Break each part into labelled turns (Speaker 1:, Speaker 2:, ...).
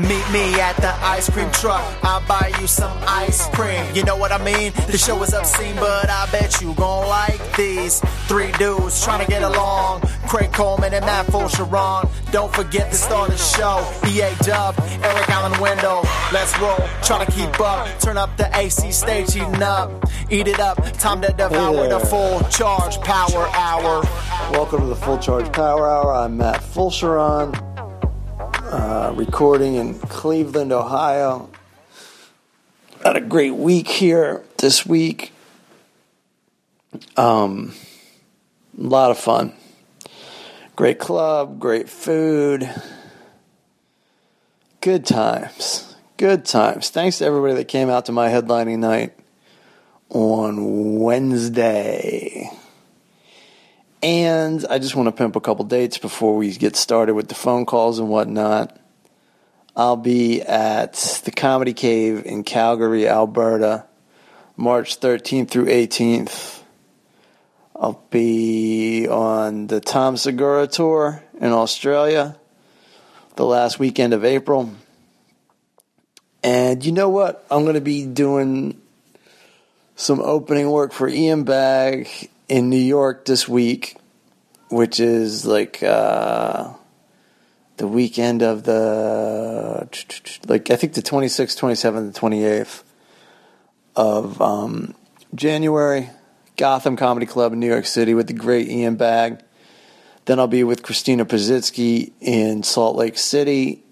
Speaker 1: Meet me at the ice cream truck. I'll buy you some ice cream. You know what I mean? The show is obscene, but I bet you gon' like these three dudes trying to get along. Craig Coleman and Matt Fulcheron. Don't forget to start the show. EA Dub, Eric Allen Window. Let's roll. Try to keep up. Turn up the AC stage, eating up. Eat it up. Time to devour
Speaker 2: Hey there.
Speaker 1: the full charge power hour.
Speaker 2: Welcome to the Full Charge Power Hour. I'm Matt Fulcheron, uh, recording in Cleveland, Ohio. Had a great week here this week. Um, a lot of fun. Great club, great food. Good times. Good times. Thanks to everybody that came out to my headlining night on Wednesday. And I just want to pimp a couple dates before we get started with the phone calls and whatnot. I'll be at the Comedy Cave in Calgary, Alberta, March 13th through 18th. I'll be on the Tom Segura tour in Australia the last weekend of April. And you know what? I'm going to be doing some opening work for Ian Bag in New York this week, which is like uh, the weekend of the like I think the 26th, 27th, and 28th of um, January, Gotham Comedy Club in New York City with the great Ian Bag. Then I'll be with Christina Pazitsky in Salt Lake City,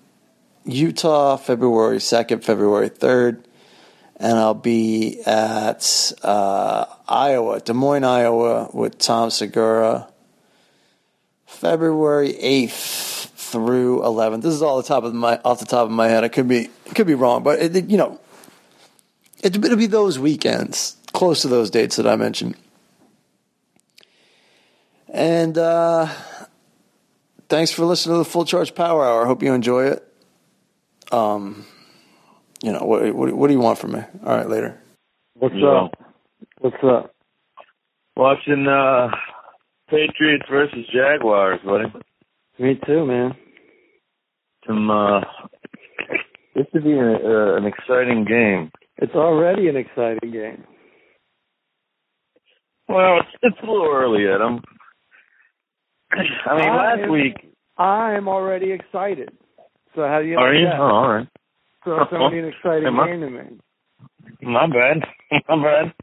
Speaker 2: Utah, February 2nd, February 3rd and I'll be at uh, Iowa, Des Moines, Iowa, with Tom Segura, February eighth through eleventh. This is all the top of my off the top of my head. I could be could be wrong, but it, you know, it, it'll be those weekends, close to those dates that I mentioned. And uh, thanks for listening to the Full Charge Power Hour. Hope you enjoy it. Um, you know what, what? What do you want from me? All right, later.
Speaker 3: What's
Speaker 4: No.
Speaker 3: up? What's up?
Speaker 4: Watching uh Patriots versus Jaguars, buddy.
Speaker 3: Me too, man.
Speaker 4: Some uh this would be a, uh, an exciting game.
Speaker 3: It's already an exciting game.
Speaker 4: Well, it's it's a little early yet. I'm I mean
Speaker 3: I
Speaker 4: last
Speaker 3: am-
Speaker 4: week
Speaker 3: I'm already excited. So how do you
Speaker 4: are
Speaker 3: like
Speaker 4: you?
Speaker 3: that?
Speaker 4: Oh, all right.
Speaker 3: So it's already an exciting
Speaker 4: Am I-
Speaker 3: game to me.
Speaker 4: My bad. My bad.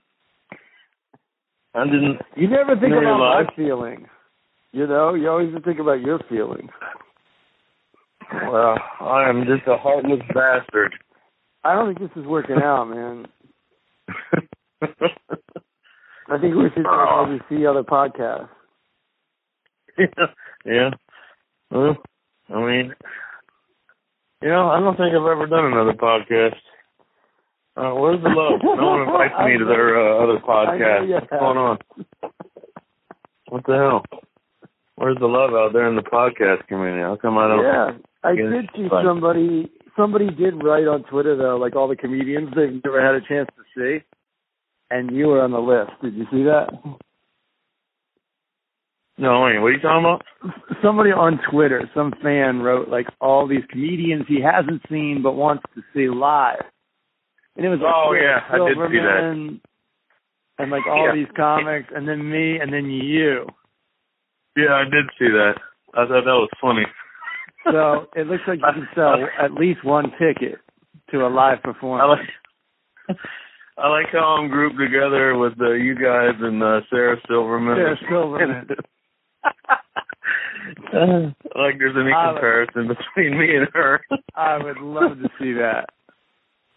Speaker 4: I didn't
Speaker 3: You never think
Speaker 4: Never
Speaker 3: about
Speaker 4: mind.
Speaker 3: my feeling. You know, you always think about your feelings.
Speaker 4: well, I am just a heartless bastard.
Speaker 3: I don't think this is working out, man. I think we should
Speaker 4: Oh.
Speaker 3: maybe see other podcasts.
Speaker 4: yeah. Well, I mean, you know, I don't think I've ever done another podcast. Uh, where's the love? No one invites me to their uh, other
Speaker 3: I
Speaker 4: podcast.
Speaker 3: know you
Speaker 4: What's going on? What the hell? Where's the love out there in the podcast community? How come I don't?
Speaker 3: Yeah, I
Speaker 4: guess
Speaker 3: did see
Speaker 4: it's fun.
Speaker 3: somebody. Somebody did write on Twitter though, like all the comedians they've never had a chance to see, and you were on the list. Did you see that?
Speaker 4: No, wait, what are you talking about?
Speaker 3: Somebody on Twitter, some fan wrote like all these comedians he hasn't seen but wants to see live, and it was like,
Speaker 4: Oh,
Speaker 3: Chris
Speaker 4: yeah, I did see that.
Speaker 3: Silverman, and like all
Speaker 4: Yeah.
Speaker 3: these comics, and then me, and then you.
Speaker 4: Yeah, I did see that. I thought that was funny.
Speaker 3: So it looks like you can sell at least one ticket to a live
Speaker 4: I
Speaker 3: performance.
Speaker 4: like I like how I'm grouped together with uh, you guys and uh, Sarah Silverman.
Speaker 3: Sarah Silverman.
Speaker 4: like there's any
Speaker 3: I like-
Speaker 4: comparison between me and her.
Speaker 3: I would love to see that.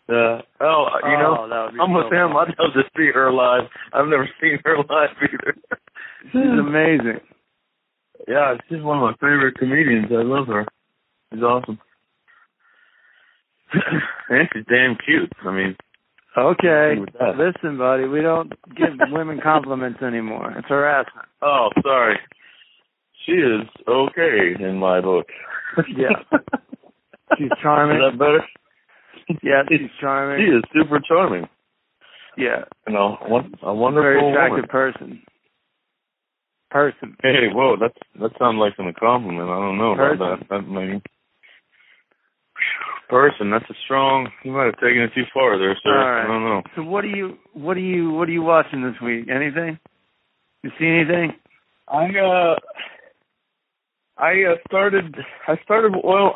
Speaker 4: Uh, oh, you know,
Speaker 3: Oh, that would be
Speaker 4: I'm with
Speaker 3: so
Speaker 4: him. I'd love to see her live. I've never seen her live either.
Speaker 3: She's amazing.
Speaker 4: Yeah, she's one of my favorite comedians. I love her. She's awesome. and she's damn cute. I mean,
Speaker 3: Okay,
Speaker 4: Agree with that.
Speaker 3: listen, buddy. We don't give women compliments anymore. It's harassment.
Speaker 4: oh, sorry. She is okay in my book.
Speaker 3: Yeah. She's charming.
Speaker 4: Is that better?
Speaker 3: Yeah, she's
Speaker 4: She
Speaker 3: charming.
Speaker 4: is super charming.
Speaker 3: Yeah,
Speaker 4: You know, won- a wonderful
Speaker 3: very attractive
Speaker 4: woman.
Speaker 3: person. Person.
Speaker 4: Hey, whoa, that's that sounds like an compliment. I don't know about
Speaker 3: Person.
Speaker 4: that. That may person. That's a strong. You might have taken it too far there, sir.
Speaker 3: All right.
Speaker 4: I don't know.
Speaker 3: So what do you what do you what are you watching this week? Anything? You see anything?
Speaker 4: I uh, I uh, started. I started well,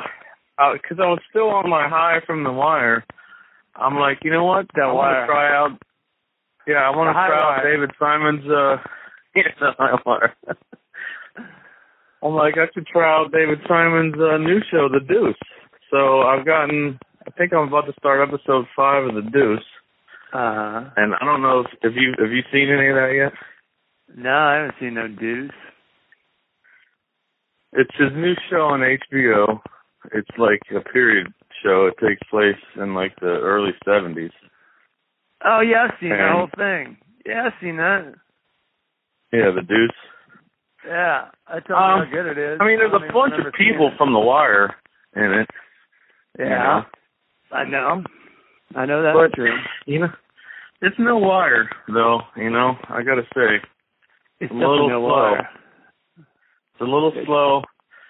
Speaker 4: because I was still on my high from the wire. I'm like, you know what? That
Speaker 3: The
Speaker 4: want
Speaker 3: Wire.
Speaker 4: to try out. Yeah, I want
Speaker 3: The
Speaker 4: to
Speaker 3: High
Speaker 4: try out
Speaker 3: Wire.
Speaker 4: David Simon's. uh Yeah, the high wire. I'm like, I should try out David Simon's uh, new show, The Deuce. So I've gotten. I think I'm about to start episode five of The Deuce,
Speaker 3: Uh huh.
Speaker 4: and I don't know if, if you have you seen any of that yet.
Speaker 3: No, I haven't seen no deuce.
Speaker 4: It's his new show on HBO. It's like a period show. It takes place in like the early seventies.
Speaker 3: Oh yeah, I've seen the
Speaker 4: And-
Speaker 3: whole thing. Yeah, I've seen that.
Speaker 4: Yeah, the Deuce.
Speaker 3: Yeah, I tell
Speaker 4: Um,
Speaker 3: you how good it is.
Speaker 4: I mean, there's
Speaker 3: don't
Speaker 4: a
Speaker 3: even
Speaker 4: bunch of
Speaker 3: remember seeing
Speaker 4: people
Speaker 3: it.
Speaker 4: from The Wire in it.
Speaker 3: Yeah,
Speaker 4: You know?
Speaker 3: I know. I know that's
Speaker 4: but
Speaker 3: true.
Speaker 4: you know, it's no wire though. You know, I gotta say,
Speaker 3: It's
Speaker 4: a little
Speaker 3: definitely a
Speaker 4: slow.
Speaker 3: wire.
Speaker 4: it's a little slow.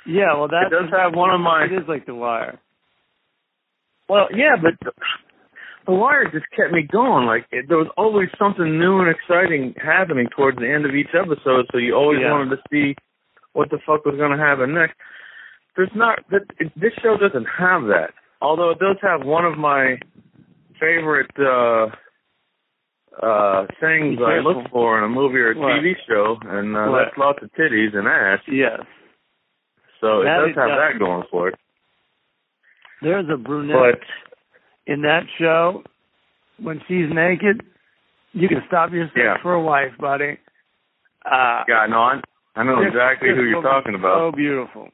Speaker 3: Yeah, well, that
Speaker 4: It does have one of my.
Speaker 3: It is like the wire.
Speaker 4: Well, yeah, but the, the Wire just kept me going. Like it, there was always something new and exciting happening towards the end of each episode, so you always
Speaker 3: Yeah.
Speaker 4: wanted to see what the fuck was going to happen next. There's not that it, this show doesn't have that. Although it does have one of my favorite uh uh things
Speaker 3: Be
Speaker 4: I
Speaker 3: careful.
Speaker 4: look for in a movie or a
Speaker 3: What?
Speaker 4: TV show, and uh,
Speaker 3: What?
Speaker 4: that's lots of titties and ass.
Speaker 3: Yes.
Speaker 4: So it
Speaker 3: That
Speaker 4: does
Speaker 3: it
Speaker 4: have
Speaker 3: does.
Speaker 4: that going for it.
Speaker 3: There's a brunette
Speaker 4: But
Speaker 3: in that show when she's naked. You can stop yourself
Speaker 4: Yeah.
Speaker 3: for a wife, buddy. Uh,
Speaker 4: God, no, I, I know
Speaker 3: this-
Speaker 4: exactly
Speaker 3: this
Speaker 4: who you're
Speaker 3: woman's
Speaker 4: talking about.
Speaker 3: So beautiful.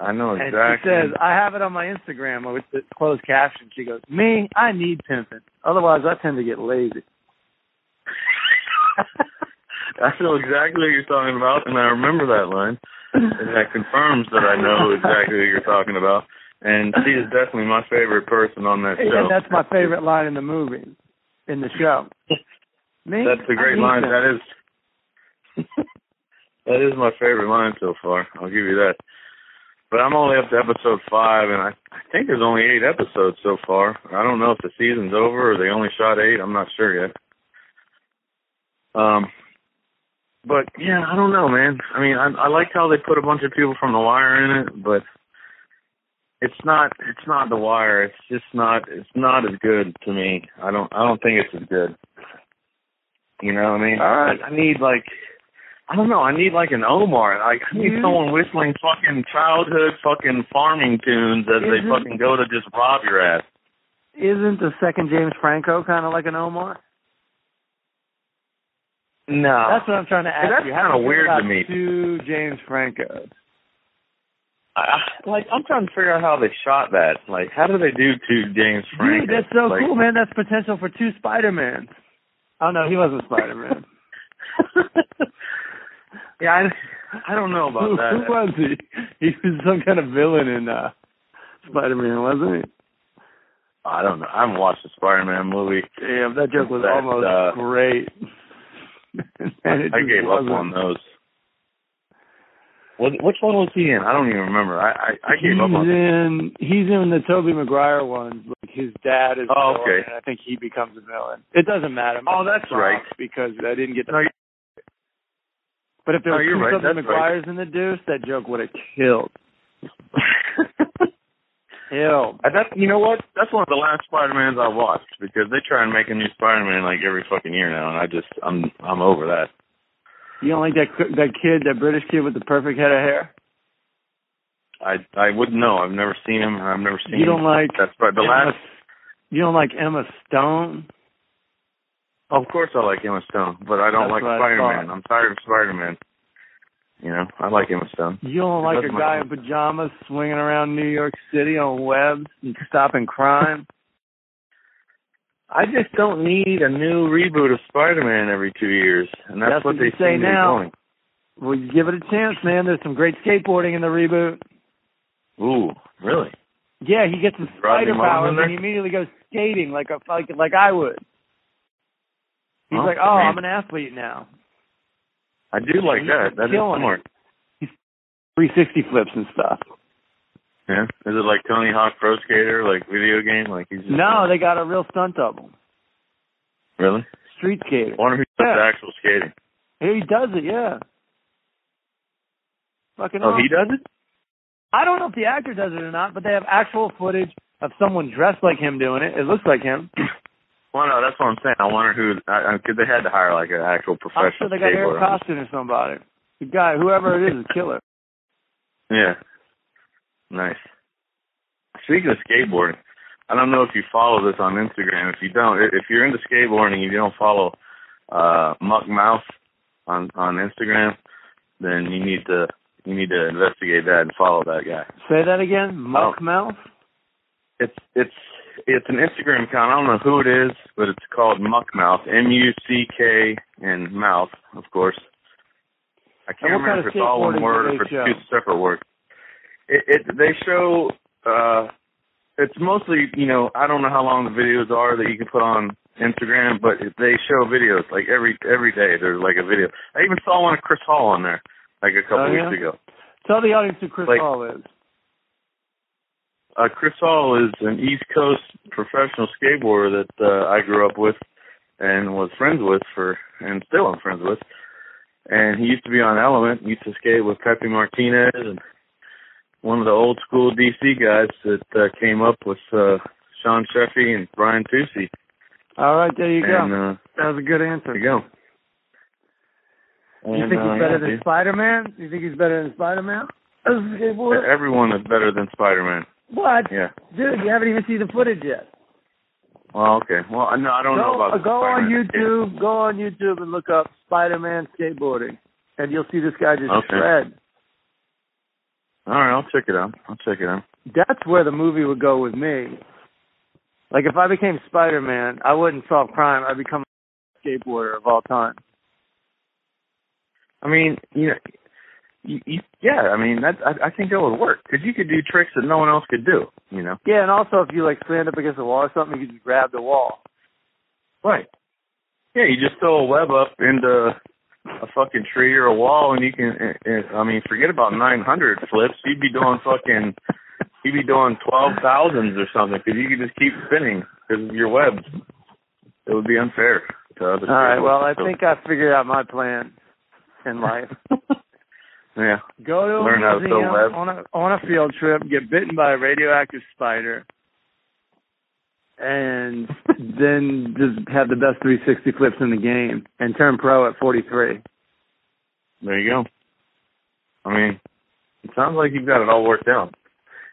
Speaker 4: I know
Speaker 3: And she
Speaker 4: exactly.
Speaker 3: says, I have it on my Instagram with the closed caption. She goes, Me, I need pimping. Otherwise, I tend to get lazy.
Speaker 4: I know exactly what you're talking about, and I remember that line, and that confirms that I know exactly what you're talking about. And she is definitely my favorite person on that show.
Speaker 3: And that's my favorite line in the movie, in the show. Me,
Speaker 4: That's a
Speaker 3: I
Speaker 4: great
Speaker 3: need
Speaker 4: line.
Speaker 3: pimping.
Speaker 4: That is. that is my favorite line so far. I'll give you that. But I'm only up to episode five, and I, I think there's only eight episodes so far. I don't know if the season's over or they only shot eight. I'm not sure yet. Um, but yeah, I don't know, man. I mean, I, I like how they put a bunch of people from The Wire in it, but it's not it's not The Wire. It's just not it's not as good to me. I don't I don't think it's as good. You know what I mean?
Speaker 3: All right.
Speaker 4: I need like I don't know. I need like an Omar. Like I need
Speaker 3: Mhm.
Speaker 4: someone whistling fucking childhood fucking farming tunes as they
Speaker 3: Mhm.
Speaker 4: fucking go to just rob your ass.
Speaker 3: Isn't the second James Franco kind of like an Omar?
Speaker 4: No,
Speaker 3: That's what I'm trying to ask
Speaker 4: that's
Speaker 3: you.
Speaker 4: kinda
Speaker 3: How do you feel
Speaker 4: weird to
Speaker 3: about
Speaker 4: me.
Speaker 3: Two James Francos.
Speaker 4: I, I- like I'm trying to figure out how they shot that. Like, how do they do two James Franco?
Speaker 3: Dude, that's so
Speaker 4: like,
Speaker 3: cool, man. That's potential for two Spider-Mans. Oh, no, he wasn't Spider-Man.
Speaker 4: yeah, I, I don't know about
Speaker 3: who,
Speaker 4: that.
Speaker 3: who was he? He was some kind of villain in uh, Spider-Man, wasn't he?
Speaker 4: I don't know. I haven't watched a Spider-Man movie.
Speaker 3: Damn, that joke was
Speaker 4: That,
Speaker 3: almost
Speaker 4: uh,
Speaker 3: great. And it
Speaker 4: I
Speaker 3: just
Speaker 4: gave up
Speaker 3: wasn't.
Speaker 4: on those. What, which one was he in? I don't even remember. I I, I gave
Speaker 3: he's
Speaker 4: up on.
Speaker 3: in he's in the Toby Maguire ones. Like his dad is the
Speaker 4: Oh,
Speaker 3: villain,
Speaker 4: okay.
Speaker 3: and I think he becomes a villain. It doesn't matter.
Speaker 4: Oh, that's right.
Speaker 3: Because I didn't get the
Speaker 4: No, you-
Speaker 3: But if there
Speaker 4: no,
Speaker 3: were
Speaker 4: you're
Speaker 3: two
Speaker 4: right,
Speaker 3: Toby
Speaker 4: that's
Speaker 3: Maguires in the deuce, that joke would have killed. Killed.
Speaker 4: Uh, That's you know what? That's one of the last Spider-Mans I watched because they try and make a new Spider-Man like every fucking year now, and I just I'm I'm over that.
Speaker 3: You don't like that that kid, that British kid with the perfect head of hair?
Speaker 4: I I wouldn't know. I've never seen him. I've never seen.
Speaker 3: You don't like
Speaker 4: That's right. The
Speaker 3: Emma,
Speaker 4: last,
Speaker 3: You don't like Emma Stone?
Speaker 4: of course, I like Emma Stone, but I don't
Speaker 3: That's
Speaker 4: like
Speaker 3: what I
Speaker 4: Spider-Man.
Speaker 3: thought.
Speaker 4: I'm tired of Spider-Man. You know, I like Emma Stone.
Speaker 3: You don't
Speaker 4: It
Speaker 3: like a
Speaker 4: doesn't
Speaker 3: guy
Speaker 4: matter.
Speaker 3: in pajamas swinging around New York City on webs and stopping crime?
Speaker 4: I just don't need a new reboot of Spider-Man every two years, and that's,
Speaker 3: That's
Speaker 4: what
Speaker 3: what
Speaker 4: they
Speaker 3: you say
Speaker 4: seem to be
Speaker 3: now.
Speaker 4: doing.
Speaker 3: Well, you give it a chance, man. There's some great skateboarding in the reboot.
Speaker 4: Ooh, really?
Speaker 3: Yeah, he gets his
Speaker 4: Rodney
Speaker 3: spider powers
Speaker 4: Mullen there?
Speaker 3: and he immediately goes skating like a like like I would. He's
Speaker 4: Well,
Speaker 3: like, oh,
Speaker 4: I
Speaker 3: I'm an
Speaker 4: mean,
Speaker 3: athlete now.
Speaker 4: I do like
Speaker 3: He's
Speaker 4: that. That is
Speaker 3: killing it.
Speaker 4: smart.
Speaker 3: 360 flips and stuff.
Speaker 4: Yeah. Is it like Tony Hawk Pro Skater, like video game? Like he's just,
Speaker 3: No, they got a real stunt double,
Speaker 4: really.
Speaker 3: street skater.
Speaker 4: I wonder if he does
Speaker 3: Yeah.
Speaker 4: actual skating.
Speaker 3: He does it, yeah. Fucking
Speaker 4: Oh, he
Speaker 3: awesome.
Speaker 4: does it.
Speaker 3: I don't know if the actor does it or not, but they have actual footage of someone dressed like him doing it. It looks like him.
Speaker 4: Well, no, that's what I'm saying. I wonder who, because they had to hire like an actual
Speaker 3: I'm sure
Speaker 4: professional
Speaker 3: they got Eric
Speaker 4: skateboarder.
Speaker 3: Costin or somebody. The guy, whoever it is, is a killer.
Speaker 4: Yeah. Nice. Speaking of skateboarding, I don't know if you follow this on Instagram. If you don't, i- if you're into skateboarding and you don't follow uh Muck Mouth on on Instagram, then you need to you need to investigate that and follow that guy.
Speaker 3: Say that
Speaker 4: Oh.
Speaker 3: again, muck mouth.
Speaker 4: It's it's it's an Instagram account. I don't know who it is, but it's called Muck Mouth. M U C K and Mouth, of course. I can't
Speaker 3: And what kind
Speaker 4: remember
Speaker 3: of
Speaker 4: if it's all one
Speaker 3: skateboarding
Speaker 4: word
Speaker 3: do
Speaker 4: or if it's
Speaker 3: they
Speaker 4: two
Speaker 3: show?
Speaker 4: separate words. It, it they show uh it's mostly, you know, I don't know how long the videos are that you can put on Instagram, but they show videos like every every day there's like a video. I even saw one of Chris Hall on there like a couple
Speaker 3: Oh, yeah?
Speaker 4: weeks ago.
Speaker 3: Tell the audience who Chris
Speaker 4: Like-
Speaker 3: Hall is.
Speaker 4: uh, Chris Hall is an East Coast professional skateboarder that uh, I grew up with and was friends with for, and still am friends with. And he used to be on Element. He used to skate with Pepe Martinez and one of the old school DC guys that uh, came up with uh, Sean Sheffy and Brian Tucci.
Speaker 3: All right, there you
Speaker 4: and
Speaker 3: go.
Speaker 4: uh,
Speaker 3: that was a good
Speaker 4: there
Speaker 3: answer.
Speaker 4: you go.
Speaker 3: You
Speaker 4: And,
Speaker 3: think
Speaker 4: uh,
Speaker 3: he's better
Speaker 4: yeah,
Speaker 3: than
Speaker 4: dude.
Speaker 3: Spider Man? You think he's better than Spider Man? What?
Speaker 4: Everyone is better than Spider-Man. Yeah.
Speaker 3: Dude, you haven't even seen the footage yet.
Speaker 4: Well, okay. Well, I- no, I don't know
Speaker 3: go, uh,
Speaker 4: about the
Speaker 3: go on
Speaker 4: Spider-Man skate.
Speaker 3: YouTube. Go on YouTube and look up Spider Man skateboarding, and you'll see this guy just
Speaker 4: Okay.
Speaker 3: shred.
Speaker 4: All right, I'll check it out. I'll check it out.
Speaker 3: That's where the movie would go with me. Like if I became Spider Man, I wouldn't solve crime. I'd become a skateboarder of all time.
Speaker 4: I mean, you know, you, you, yeah. I mean, that I, I think that would work because you could do tricks that no one else could do. You know,
Speaker 3: Yeah, and also if you like stand up against the wall or something, you could just grab the wall.
Speaker 4: right? Yeah, you just throw a web up into a fucking tree or a wall, and you can. And, and, I mean, forget about 900 flips. You'd be doing fucking. You'd be doing twelve thousands or something because you could just keep spinning because your webs. It would be unfair to other.
Speaker 3: All right.
Speaker 4: people.
Speaker 3: Well, I
Speaker 4: So,
Speaker 3: think I figured out my plan in life.
Speaker 4: Yeah.
Speaker 3: Go to
Speaker 4: Learn how
Speaker 3: a
Speaker 4: to
Speaker 3: museum
Speaker 4: web.
Speaker 3: on a on a field trip, get bitten by a radioactive spider, and then just have the best 360 flips in the game, and turn pro at 43.
Speaker 4: There you go. I mean, it sounds like you've got it all worked out.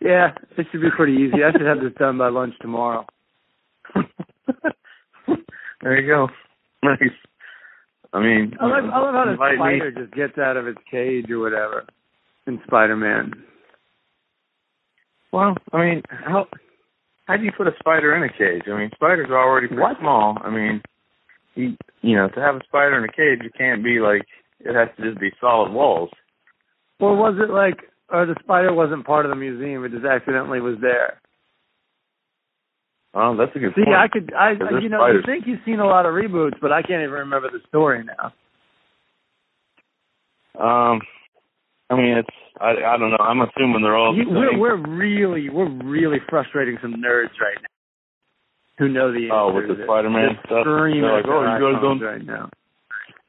Speaker 3: Yeah, it should be pretty easy. I should have this done by lunch tomorrow.
Speaker 4: there you go. Nice. I mean,
Speaker 3: I love, I love how the
Speaker 4: invite me.
Speaker 3: spider just gets out of its cage or whatever in Spider-Man.
Speaker 4: Well, I mean, how how do you put a spider in a cage? I mean, spiders are already pretty
Speaker 3: What?
Speaker 4: small. I mean, you, you know, to have a spider in a cage, it can't be like it has to just be solid walls.
Speaker 3: Or was it like, or the spider wasn't part of the museum? It just accidentally was there.
Speaker 4: Oh, that's a good
Speaker 3: See,
Speaker 4: point.
Speaker 3: I could, I,
Speaker 4: Because there's
Speaker 3: you know,
Speaker 4: spiders.
Speaker 3: you think you've seen a lot of reboots, but I can't even remember the story now.
Speaker 4: um, I mean, it's I I don't know. I'm assuming they're all.
Speaker 3: You,
Speaker 4: the
Speaker 3: we're,
Speaker 4: same.
Speaker 3: we're really, we're really frustrating some nerds right now who know the
Speaker 4: Oh,
Speaker 3: answer
Speaker 4: with
Speaker 3: to
Speaker 4: the
Speaker 3: this.
Speaker 4: Spider-Man
Speaker 3: They're
Speaker 4: stuff?
Speaker 3: Screaming
Speaker 4: They're like,
Speaker 3: at their
Speaker 4: "Oh, you guys
Speaker 3: iPhones
Speaker 4: don't-
Speaker 3: right now.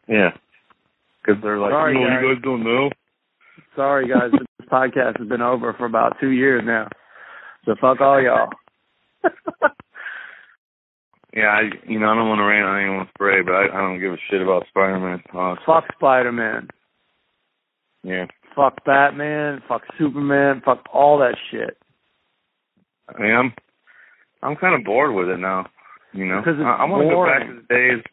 Speaker 4: yeah, because they're like,
Speaker 3: Sorry,
Speaker 4: you know,
Speaker 3: guys.
Speaker 4: you guys don't know.
Speaker 3: Sorry, guys, this podcast has been over for about two years now, so fuck all y'all.
Speaker 4: Yeah, I you know I don't want to rain on anyone's parade, but I, I don't give a shit about Spider-Man. Honestly.
Speaker 3: Fuck Spider-Man.
Speaker 4: Yeah,
Speaker 3: Fuck Batman. Fuck Superman. Fuck all that shit.
Speaker 4: I mean, I'm I'm kind of bored with it now. You know,
Speaker 3: Because it's
Speaker 4: I, I want to go back to
Speaker 3: boring.
Speaker 4: the days.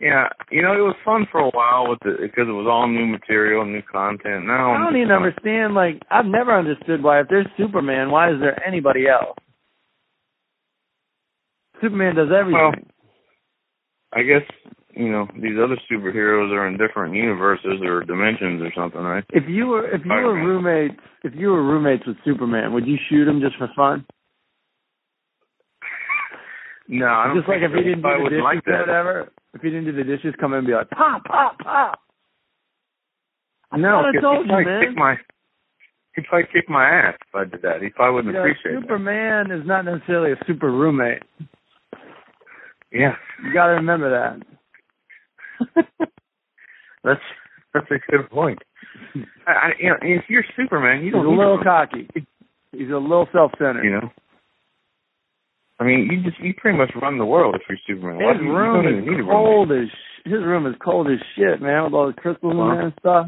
Speaker 4: Yeah, you know it was fun for a while with the because it was all new material, new content. Now
Speaker 3: I don't even understand. Like, I've never understood why, if there's Superman, why is there anybody else? Superman does everything.
Speaker 4: Well, I guess you know these other superheroes are in different universes or dimensions or something, right?
Speaker 3: if you were if you were
Speaker 4: Spider-Man.
Speaker 3: roommates if you were roommates with Superman, would you shoot him just for fun?
Speaker 4: No, I don't
Speaker 3: Just like
Speaker 4: think
Speaker 3: if he
Speaker 4: so.
Speaker 3: didn't do
Speaker 4: I
Speaker 3: the
Speaker 4: would
Speaker 3: dishes
Speaker 4: like
Speaker 3: or
Speaker 4: that.
Speaker 3: whatever. If he didn't do the dishes, come in and be like pop pop pop. I
Speaker 4: No,
Speaker 3: thought I
Speaker 4: because
Speaker 3: told
Speaker 4: he'd
Speaker 3: you,
Speaker 4: probably
Speaker 3: man.
Speaker 4: kick my he'd probably kick my ass if I did that. He probably wouldn't
Speaker 3: You know,
Speaker 4: appreciate that.
Speaker 3: Superman is not necessarily a super roommate.
Speaker 4: Yeah,
Speaker 3: You got to remember that.
Speaker 4: that's that's a good point. I, I, you know, if you're Superman, you
Speaker 3: He's a
Speaker 4: don't need
Speaker 3: little
Speaker 4: a-
Speaker 3: cocky. He's a little self-centered.
Speaker 4: you know. I mean, you just you pretty much run the world if you're Superman. Why
Speaker 3: His
Speaker 4: do you- you
Speaker 3: room
Speaker 4: don't even need a
Speaker 3: is
Speaker 4: roommate.
Speaker 3: cold as sh- his room is cold as shit, man, with all the crystals in
Speaker 4: Huh?
Speaker 3: there and stuff.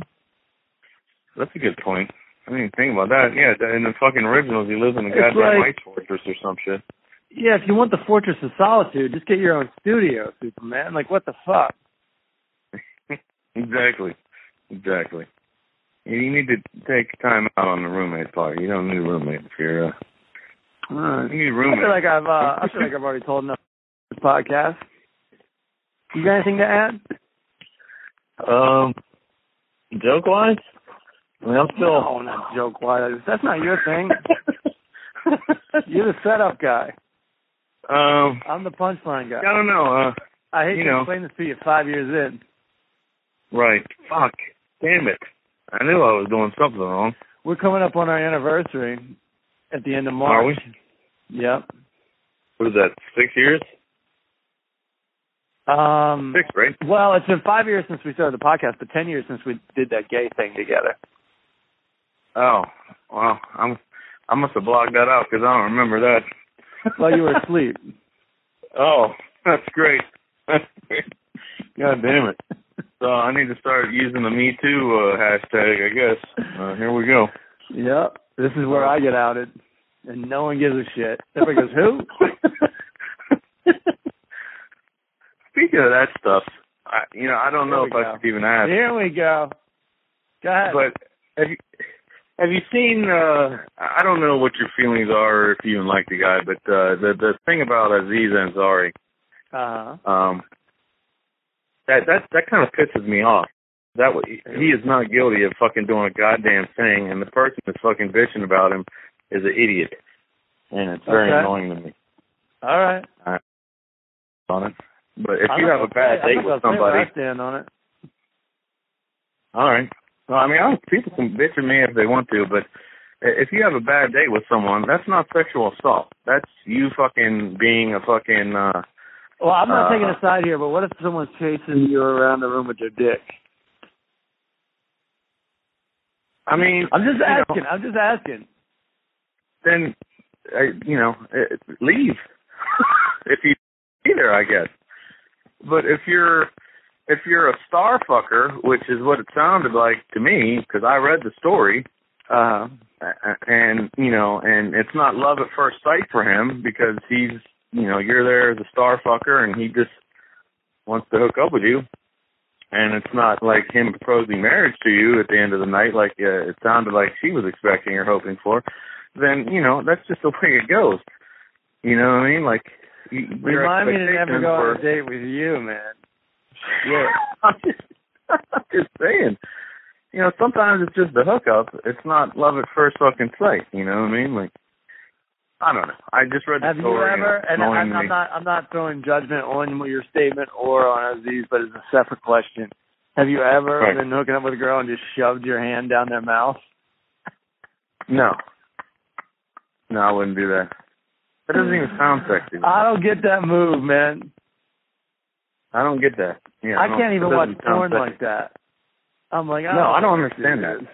Speaker 4: That's a good point. I didn't even think about that. Yeah, th- in the fucking originals, he lives in a
Speaker 3: It's
Speaker 4: goddamn
Speaker 3: like-
Speaker 4: ice fortress or some shit.
Speaker 3: Yeah, if you want the Fortress of Solitude, just get your own studio, Superman. Like, what the fuck?
Speaker 4: Exactly, exactly. You you need to take time out on the roommate part. You don't need a roommate if you're. Uh, you need a
Speaker 3: I
Speaker 4: roommate.
Speaker 3: feel like I've uh, I feel like I've already told enough on this podcast. You got anything to add?
Speaker 4: um, joke wise, I mean, I'm still.
Speaker 3: no, not joke wise. That's not your thing. You're the setup guy.
Speaker 4: um,
Speaker 3: I'm the punchline guy.
Speaker 4: I don't know. Uh,
Speaker 3: I hate
Speaker 4: you
Speaker 3: to
Speaker 4: know.
Speaker 3: explain this to you five years in.
Speaker 4: right? Fuck! Damn it! I knew I was doing something wrong.
Speaker 3: We're coming up on our anniversary at the end of March.
Speaker 4: Are we?
Speaker 3: Yep.
Speaker 4: What is that? Six years?
Speaker 3: Um,
Speaker 4: Six, right?
Speaker 3: well, it's been five years since we started the podcast, but ten years since we did that gay thing together.
Speaker 4: Oh, well, I'm. I must have blocked that out because I don't remember that.
Speaker 3: While you were asleep.
Speaker 4: Oh, that's great. That's great. God damn it. So I need to start using the Me Too uh, hashtag, I guess. Uh, here we go.
Speaker 3: Yep. This is
Speaker 4: Oh.
Speaker 3: where I get outed, and no one gives a shit. Everybody goes, who?
Speaker 4: Speaking of that stuff, I, you know, I don't know
Speaker 3: Here
Speaker 4: if
Speaker 3: we
Speaker 4: I
Speaker 3: go.
Speaker 4: should even ask,
Speaker 3: Here we go. Go ahead.
Speaker 4: but have you, have you seen? uh I don't know what your feelings are, or if you even like the guy, but uh the the thing about Aziz Ansari,
Speaker 3: uh-huh.
Speaker 4: um, that that that kind of pisses me off. That wa- he is not guilty of fucking doing a goddamn thing, and the person that's fucking bitching about him is an idiot, and it's very
Speaker 3: Okay.
Speaker 4: annoying to me
Speaker 3: All right.
Speaker 4: on it. But if
Speaker 3: I'm
Speaker 4: you
Speaker 3: not
Speaker 4: have a
Speaker 3: gonna
Speaker 4: bad
Speaker 3: say- I'm
Speaker 4: date
Speaker 3: not gonna say
Speaker 4: with
Speaker 3: where
Speaker 4: somebody,
Speaker 3: I stand on it.
Speaker 4: all right. Well, I mean, I don't, people can bitch at me if they want to, but i- if you have a bad date with someone, that's not sexual assault. That's you fucking being a fucking. uh
Speaker 3: Well, I'm not
Speaker 4: Uh,
Speaker 3: taking a side here, but what if someone's chasing you around the room with their dick?
Speaker 4: I mean,
Speaker 3: I'm just
Speaker 4: you know,
Speaker 3: asking. I'm just asking.
Speaker 4: then uh, you know uh, leave if you be there i guess but if you're if you're a star fucker which is what it sounded like to me because i read the story
Speaker 3: Uh,
Speaker 4: uh, and you know and it's not love at first sight for him because he's you know you're there as a star fucker and he just wants to hook up with you and it's not like him proposing marriage to you at the end of the night like uh, it sounded like she was expecting or hoping for then you know that's just the way it goes you know what i mean like y- your
Speaker 3: remind me to never
Speaker 4: expectations
Speaker 3: go
Speaker 4: were-
Speaker 3: on a date with you, man.
Speaker 4: yeah. I'm just, I'm just saying. You know, sometimes it's just the hookup. It's not love at first fucking sight. You know what I mean? Like, I don't know. I just read the
Speaker 3: Have you
Speaker 4: story.
Speaker 3: ever?
Speaker 4: it's
Speaker 3: And
Speaker 4: annoying
Speaker 3: I'm,
Speaker 4: to
Speaker 3: I'm
Speaker 4: me.
Speaker 3: not. I'm not throwing judgment on your statement or on Aziz, but it's a separate question. Have you ever
Speaker 4: Right.
Speaker 3: been hooking up with a girl and just shoved your hand down their mouth?
Speaker 4: No. No, I wouldn't do that. That doesn't even sound sexy.
Speaker 3: I don't get that move, man.
Speaker 4: I don't get that. Yeah,
Speaker 3: I
Speaker 4: don't-
Speaker 3: can't
Speaker 4: it
Speaker 3: even
Speaker 4: doesn't
Speaker 3: watch
Speaker 4: sound
Speaker 3: porn
Speaker 4: sexy.
Speaker 3: like that. I'm like, oh,
Speaker 4: No, I don't understand
Speaker 3: this.
Speaker 4: that.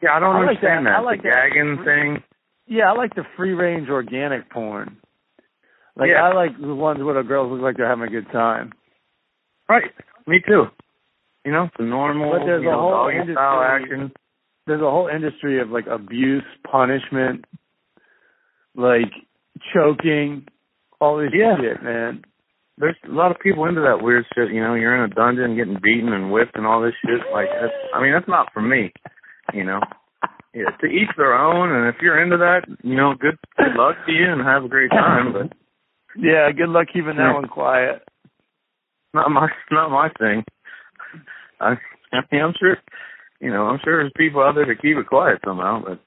Speaker 4: Yeah, I don't
Speaker 3: I like
Speaker 4: understand
Speaker 3: that.
Speaker 4: that.
Speaker 3: I like
Speaker 4: the
Speaker 3: that.
Speaker 4: gagging thing.
Speaker 3: Yeah, I like the free range organic porn. Like
Speaker 4: Yeah.
Speaker 3: I like the ones where the girls look like they're having a good time.
Speaker 4: Right. Me too. You know, it's a normal,
Speaker 3: But there's
Speaker 4: you
Speaker 3: a
Speaker 4: know,
Speaker 3: whole
Speaker 4: doggy style
Speaker 3: industry-
Speaker 4: action.
Speaker 3: There's a whole industry of like abuse, punishment, like choking, all this
Speaker 4: Yeah.
Speaker 3: shit, man.
Speaker 4: there's a lot of people into that weird shit. You know, you're in a dungeon getting beaten and whipped and all this shit. Like, that's, I mean, that's not for me. You know, yeah, to each their own. And if you're into that, you know, good good luck to you and have a great time. But
Speaker 3: Yeah, good luck keeping that
Speaker 4: Yeah.
Speaker 3: one quiet.
Speaker 4: not my not my thing. I, I mean, I'm sure, you know, I'm sure there's people out there that keep it quiet somehow. But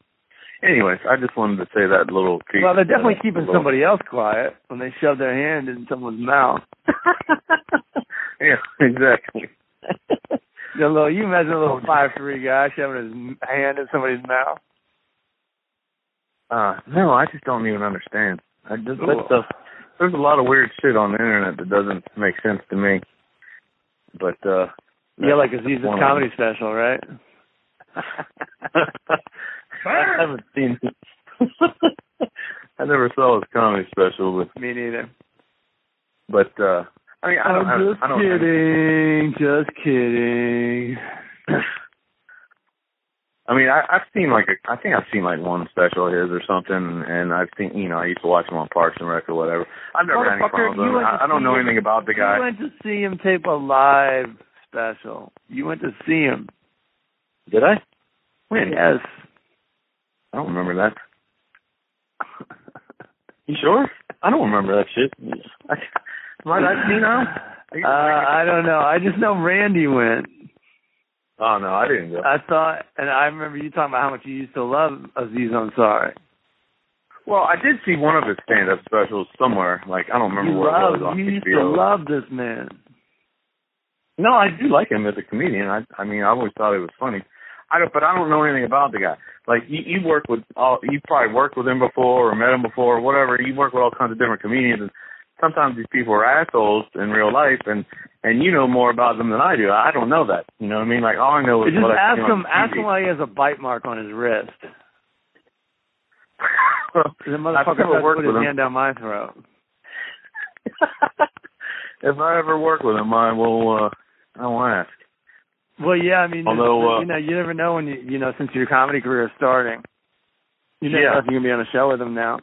Speaker 4: anyways, I just wanted to say that little. piece,
Speaker 3: Well, they're definitely
Speaker 4: uh,
Speaker 3: keeping
Speaker 4: little-
Speaker 3: somebody else quiet when they shove their hand in someone's mouth.
Speaker 4: yeah, exactly.
Speaker 3: The little, you imagine a little five three guy shoving his hand in somebody's mouth.
Speaker 4: Uh, no, I just don't even understand. I just, that stuff. There's a lot of weird shit on the internet that doesn't make sense to me. But uh
Speaker 3: Yeah, like Aziz's
Speaker 4: one of
Speaker 3: comedy special, right?
Speaker 4: I haven't seen it. I never saw his comedy special,
Speaker 3: Me neither.
Speaker 4: but but uh, I mean, I don't, I don't,
Speaker 3: am just
Speaker 4: I
Speaker 3: kidding.
Speaker 4: don't
Speaker 3: Just kidding.
Speaker 4: I mean, I, I've seen like a, I think I've seen like one special of his or something, and I've seen you know I used to watch him on Parks and Rec or whatever. I've never had any
Speaker 3: Motherfucker,
Speaker 4: problems with
Speaker 3: you
Speaker 4: him.
Speaker 3: went to
Speaker 4: I, I don't
Speaker 3: see
Speaker 4: know
Speaker 3: him.
Speaker 4: anything about the guy.
Speaker 3: You went to see him tape a live special. You went to see him.
Speaker 4: Did I? When?
Speaker 3: Yes.
Speaker 4: I don't remember that. You sure? I don't remember that shit. I, am I that senile?
Speaker 3: Uh, I don't know. I just know Randy went.
Speaker 4: Oh no, I didn't go.
Speaker 3: I thought, and I remember you talking about how much you used to love Aziz Ansari.
Speaker 4: Well, I did see one of his stand-up specials somewhere. Like I don't remember
Speaker 3: You
Speaker 4: where it was
Speaker 3: love,
Speaker 4: on
Speaker 3: you used to
Speaker 4: HBO.
Speaker 3: love this man.
Speaker 4: No, I do like him as a comedian. I I mean, I always thought he was funny. I don't, but I don't know anything about the guy. Like you, you work with all, you probably worked with him before or met him before or whatever. You work with all kinds of different comedians, and sometimes these people are assholes in real life, and and you know more about them than I do. I don't know that. You know what I mean? Like all I know is
Speaker 3: Just
Speaker 4: what I
Speaker 3: ask
Speaker 4: see
Speaker 3: him.
Speaker 4: on
Speaker 3: Ask
Speaker 4: TV.
Speaker 3: him why he has a bite mark on his wrist. The
Speaker 4: I've
Speaker 3: motherfucker
Speaker 4: never
Speaker 3: tried to
Speaker 4: worked
Speaker 3: put
Speaker 4: with
Speaker 3: his
Speaker 4: him.
Speaker 3: hand down my throat.
Speaker 4: if I ever work with him, I will. uh I will ask.
Speaker 3: Well, yeah, I mean,
Speaker 4: Although, uh,
Speaker 3: you know, you never know when you, you know, since your comedy career is starting, you never
Speaker 4: Yeah.
Speaker 3: know if you're gonna be on a show with him now.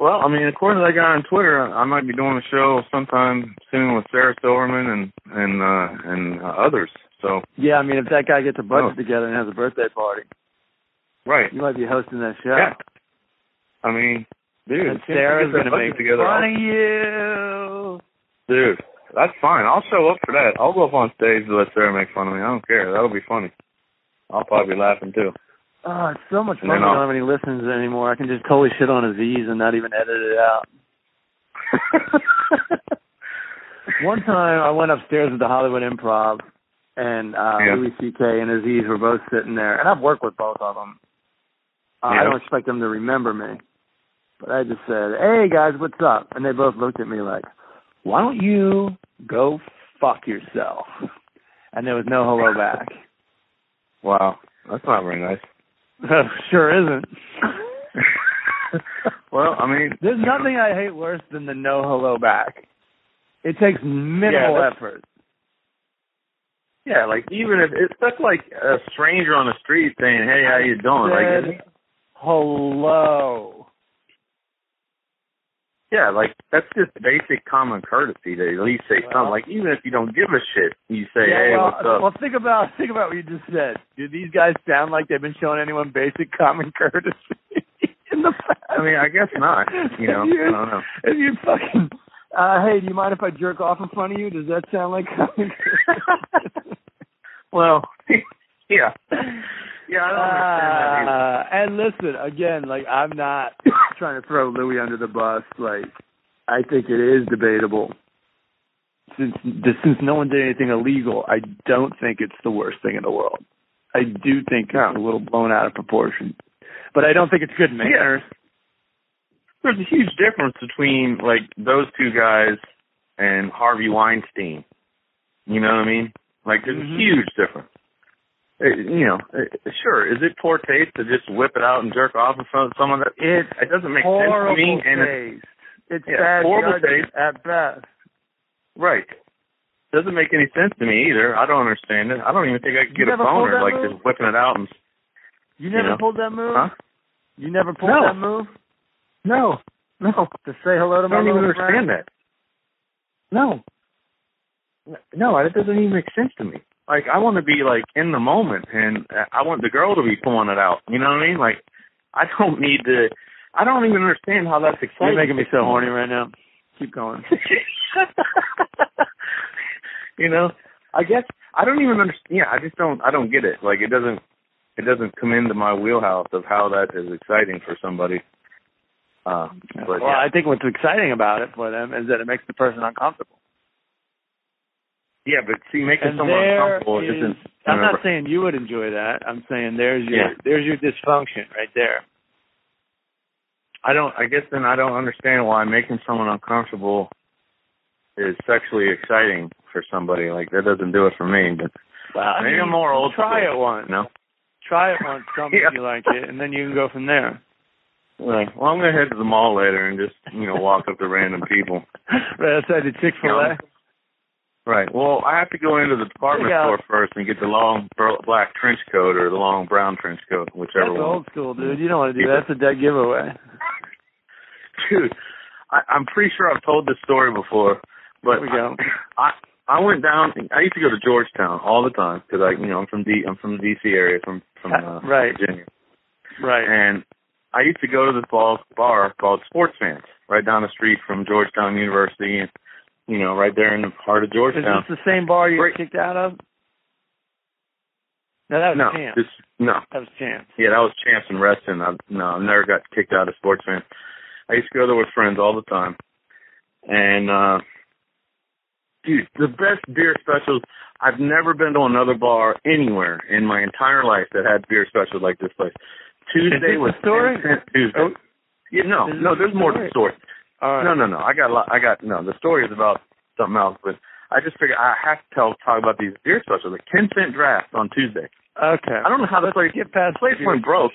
Speaker 4: Well, I mean, according to that guy on Twitter, I I might be doing a show sometime soon with Sarah Silverman and and uh, and uh, others. So
Speaker 3: Yeah, I mean, if that guy gets a budget
Speaker 4: Oh.
Speaker 3: together and has a birthday party,
Speaker 4: right,
Speaker 3: you might be hosting that show.
Speaker 4: yeah. I mean, dude,
Speaker 3: and
Speaker 4: if we
Speaker 3: Sarah's
Speaker 4: get
Speaker 3: gonna
Speaker 4: that budget
Speaker 3: make
Speaker 4: together,
Speaker 3: fun
Speaker 4: I'll-
Speaker 3: of you.
Speaker 4: dude. That's fine. I'll show up for that. I'll go up on stage to let Sarah make fun of me. I don't care. That'll be funny. I'll probably be laughing too.
Speaker 3: Oh, it's so much fun.
Speaker 4: And
Speaker 3: I
Speaker 4: then
Speaker 3: don't
Speaker 4: I'll-
Speaker 3: have any listens anymore. I can just totally shit on Aziz and not even edit it out. One time I went upstairs at the Hollywood Improv, and uh,
Speaker 4: Yeah.
Speaker 3: Louis C.K. and Aziz were both sitting there, and I've worked with both of them. Uh, I
Speaker 4: Yeah.
Speaker 3: don't expect them to remember me, but I just said, "Hey guys, what's up?" And they both looked at me like, "Why don't you go fuck yourself?" And there was no hello back.
Speaker 4: wow, that's not very nice.
Speaker 3: sure isn't.
Speaker 4: well, I mean,
Speaker 3: There's nothing I hate worse than the no hello back. It takes minimal
Speaker 4: that's-
Speaker 3: effort.
Speaker 4: Yeah, like even if it's that's like a stranger on the street saying, "Hey, how you doing?" Like,
Speaker 3: Said hello.
Speaker 4: yeah, like that's just basic common courtesy to at least say
Speaker 3: Well-
Speaker 4: something. Like even if you don't give a shit, you say,
Speaker 3: yeah,
Speaker 4: "Hey,
Speaker 3: well,
Speaker 4: what's up?"
Speaker 3: well, think about think about what you just said. Do these guys sound like they've been showing anyone basic common courtesy in the past?
Speaker 4: I mean, I guess not. You know,
Speaker 3: If you-
Speaker 4: I don't know.
Speaker 3: If you fucking, uh, hey, do you mind if I jerk off in front of you? Does that sound like common courtesy?
Speaker 4: Well, yeah, yeah, I don't understand that
Speaker 3: Uh, and listen, again, like I'm not trying to throw Louis under the bus. Like I think it is debatable. Since since no one did anything illegal, I don't think it's the worst thing in the world. I do think it's a little blown out of proportion, but I don't think it's good
Speaker 4: either.
Speaker 3: manners.
Speaker 4: Yeah. There's a huge difference between like those two guys and Harvey Weinstein. You know what I mean? Like there's
Speaker 3: Mhm.
Speaker 4: a huge difference. It- you know, it, sure. Is it poor taste to just whip it out and jerk off in front of someone? That
Speaker 3: It's
Speaker 4: it doesn't make sense to
Speaker 3: horrible
Speaker 4: me. And it's,
Speaker 3: taste. It's
Speaker 4: Yeah,
Speaker 3: bad
Speaker 4: horrible
Speaker 3: judgment
Speaker 4: taste.
Speaker 3: at best.
Speaker 4: right, doesn't make any sense to me either. I don't understand it. I don't even think I could
Speaker 3: You
Speaker 4: get a
Speaker 3: never pulled
Speaker 4: boner
Speaker 3: that
Speaker 4: like
Speaker 3: move?
Speaker 4: just whipping it out and
Speaker 3: You never
Speaker 4: know.
Speaker 3: pulled that move.
Speaker 4: huh?
Speaker 3: You never pulled
Speaker 4: No.
Speaker 3: that move
Speaker 4: No, no.
Speaker 3: to say hello to
Speaker 4: I
Speaker 3: my
Speaker 4: don't even
Speaker 3: little friend?
Speaker 4: understand that. No. No, it doesn't even make sense to me. Like I want to be like in the moment, and uh, I want the girl to be pulling it out. You know what I mean? Like I don't need to. I don't even understand how that's
Speaker 3: You're
Speaker 4: exciting.
Speaker 3: making me so horny right now. Keep going.
Speaker 4: you know, I guess I don't even understand. Yeah, I just don't. I don't get it. Like it doesn't. It doesn't come into my wheelhouse of how that is exciting for somebody. Uh, but
Speaker 3: well, I think what's exciting about it for them is that it makes the person uncomfortable.
Speaker 4: Yeah, but see, making
Speaker 3: and
Speaker 4: someone
Speaker 3: there
Speaker 4: uncomfortable
Speaker 3: is-
Speaker 4: isn't.
Speaker 3: I'm not saying you would enjoy that. I'm saying there's your
Speaker 4: Yeah.
Speaker 3: there's your dysfunction right there.
Speaker 4: I don't. I guess then I don't understand why making someone uncomfortable is sexually exciting for somebody. Like that doesn't do it for me. But
Speaker 3: Wow. I
Speaker 4: Maybe
Speaker 3: mean,
Speaker 4: I'm more old
Speaker 3: Try
Speaker 4: school.
Speaker 3: it once.
Speaker 4: no.
Speaker 3: Try it once. Tell me
Speaker 4: Yeah.
Speaker 3: if you like it, and then you can go from there.
Speaker 4: Like, well, I'm gonna head to the mall later and just you know walk up to random people.
Speaker 3: right outside the Chick Fil A.
Speaker 4: Yeah. Right. Well, I have to go into the department
Speaker 3: Yeah.
Speaker 4: store first and get the long br- black trench coat or the long brown trench coat,
Speaker 3: That's
Speaker 4: whichever one.
Speaker 3: old school, dude. You don't want to do that. That's a dead giveaway.
Speaker 4: Dude, I, I'm pretty sure I've told this story before,
Speaker 3: There
Speaker 4: but
Speaker 3: we go.
Speaker 4: I I went down. I used to go to Georgetown all the time because I, you know, I'm from D. I'm from the DC area, from from uh,
Speaker 3: Right.
Speaker 4: Virginia,
Speaker 3: Right.
Speaker 4: and I used to go to this ball, bar called Sports Fans right down the street from Georgetown University, and you know, right there in the heart of
Speaker 3: Is
Speaker 4: Georgetown.
Speaker 3: this the same bar you
Speaker 4: Great.
Speaker 3: got kicked out of? No, that was
Speaker 4: no,
Speaker 3: Champ.
Speaker 4: this no,
Speaker 3: That was Champ.
Speaker 4: Yeah, that was Champs and Reston. I, no, I never got kicked out of sports fan. I used to go there with friends all the time. And uh dude, the best beer specials I've never been to another bar anywhere in my entire life that had beer specials like this place.
Speaker 3: Is this
Speaker 4: Tuesday
Speaker 3: the
Speaker 4: was
Speaker 3: story?
Speaker 4: 10 cent Tuesday.
Speaker 3: Oh.
Speaker 4: yeah,
Speaker 3: Is
Speaker 4: no,
Speaker 3: this
Speaker 4: no,
Speaker 3: the
Speaker 4: there's more to the story.
Speaker 3: All right.
Speaker 4: No, no, no. I got a lot. I got no. The story is about something else, but I just figured I have to tell talk about these beer specials. The ten cent draft on Tuesday.
Speaker 3: Okay.
Speaker 4: I don't know how the place
Speaker 3: Get past
Speaker 4: the place
Speaker 3: the
Speaker 4: went broke.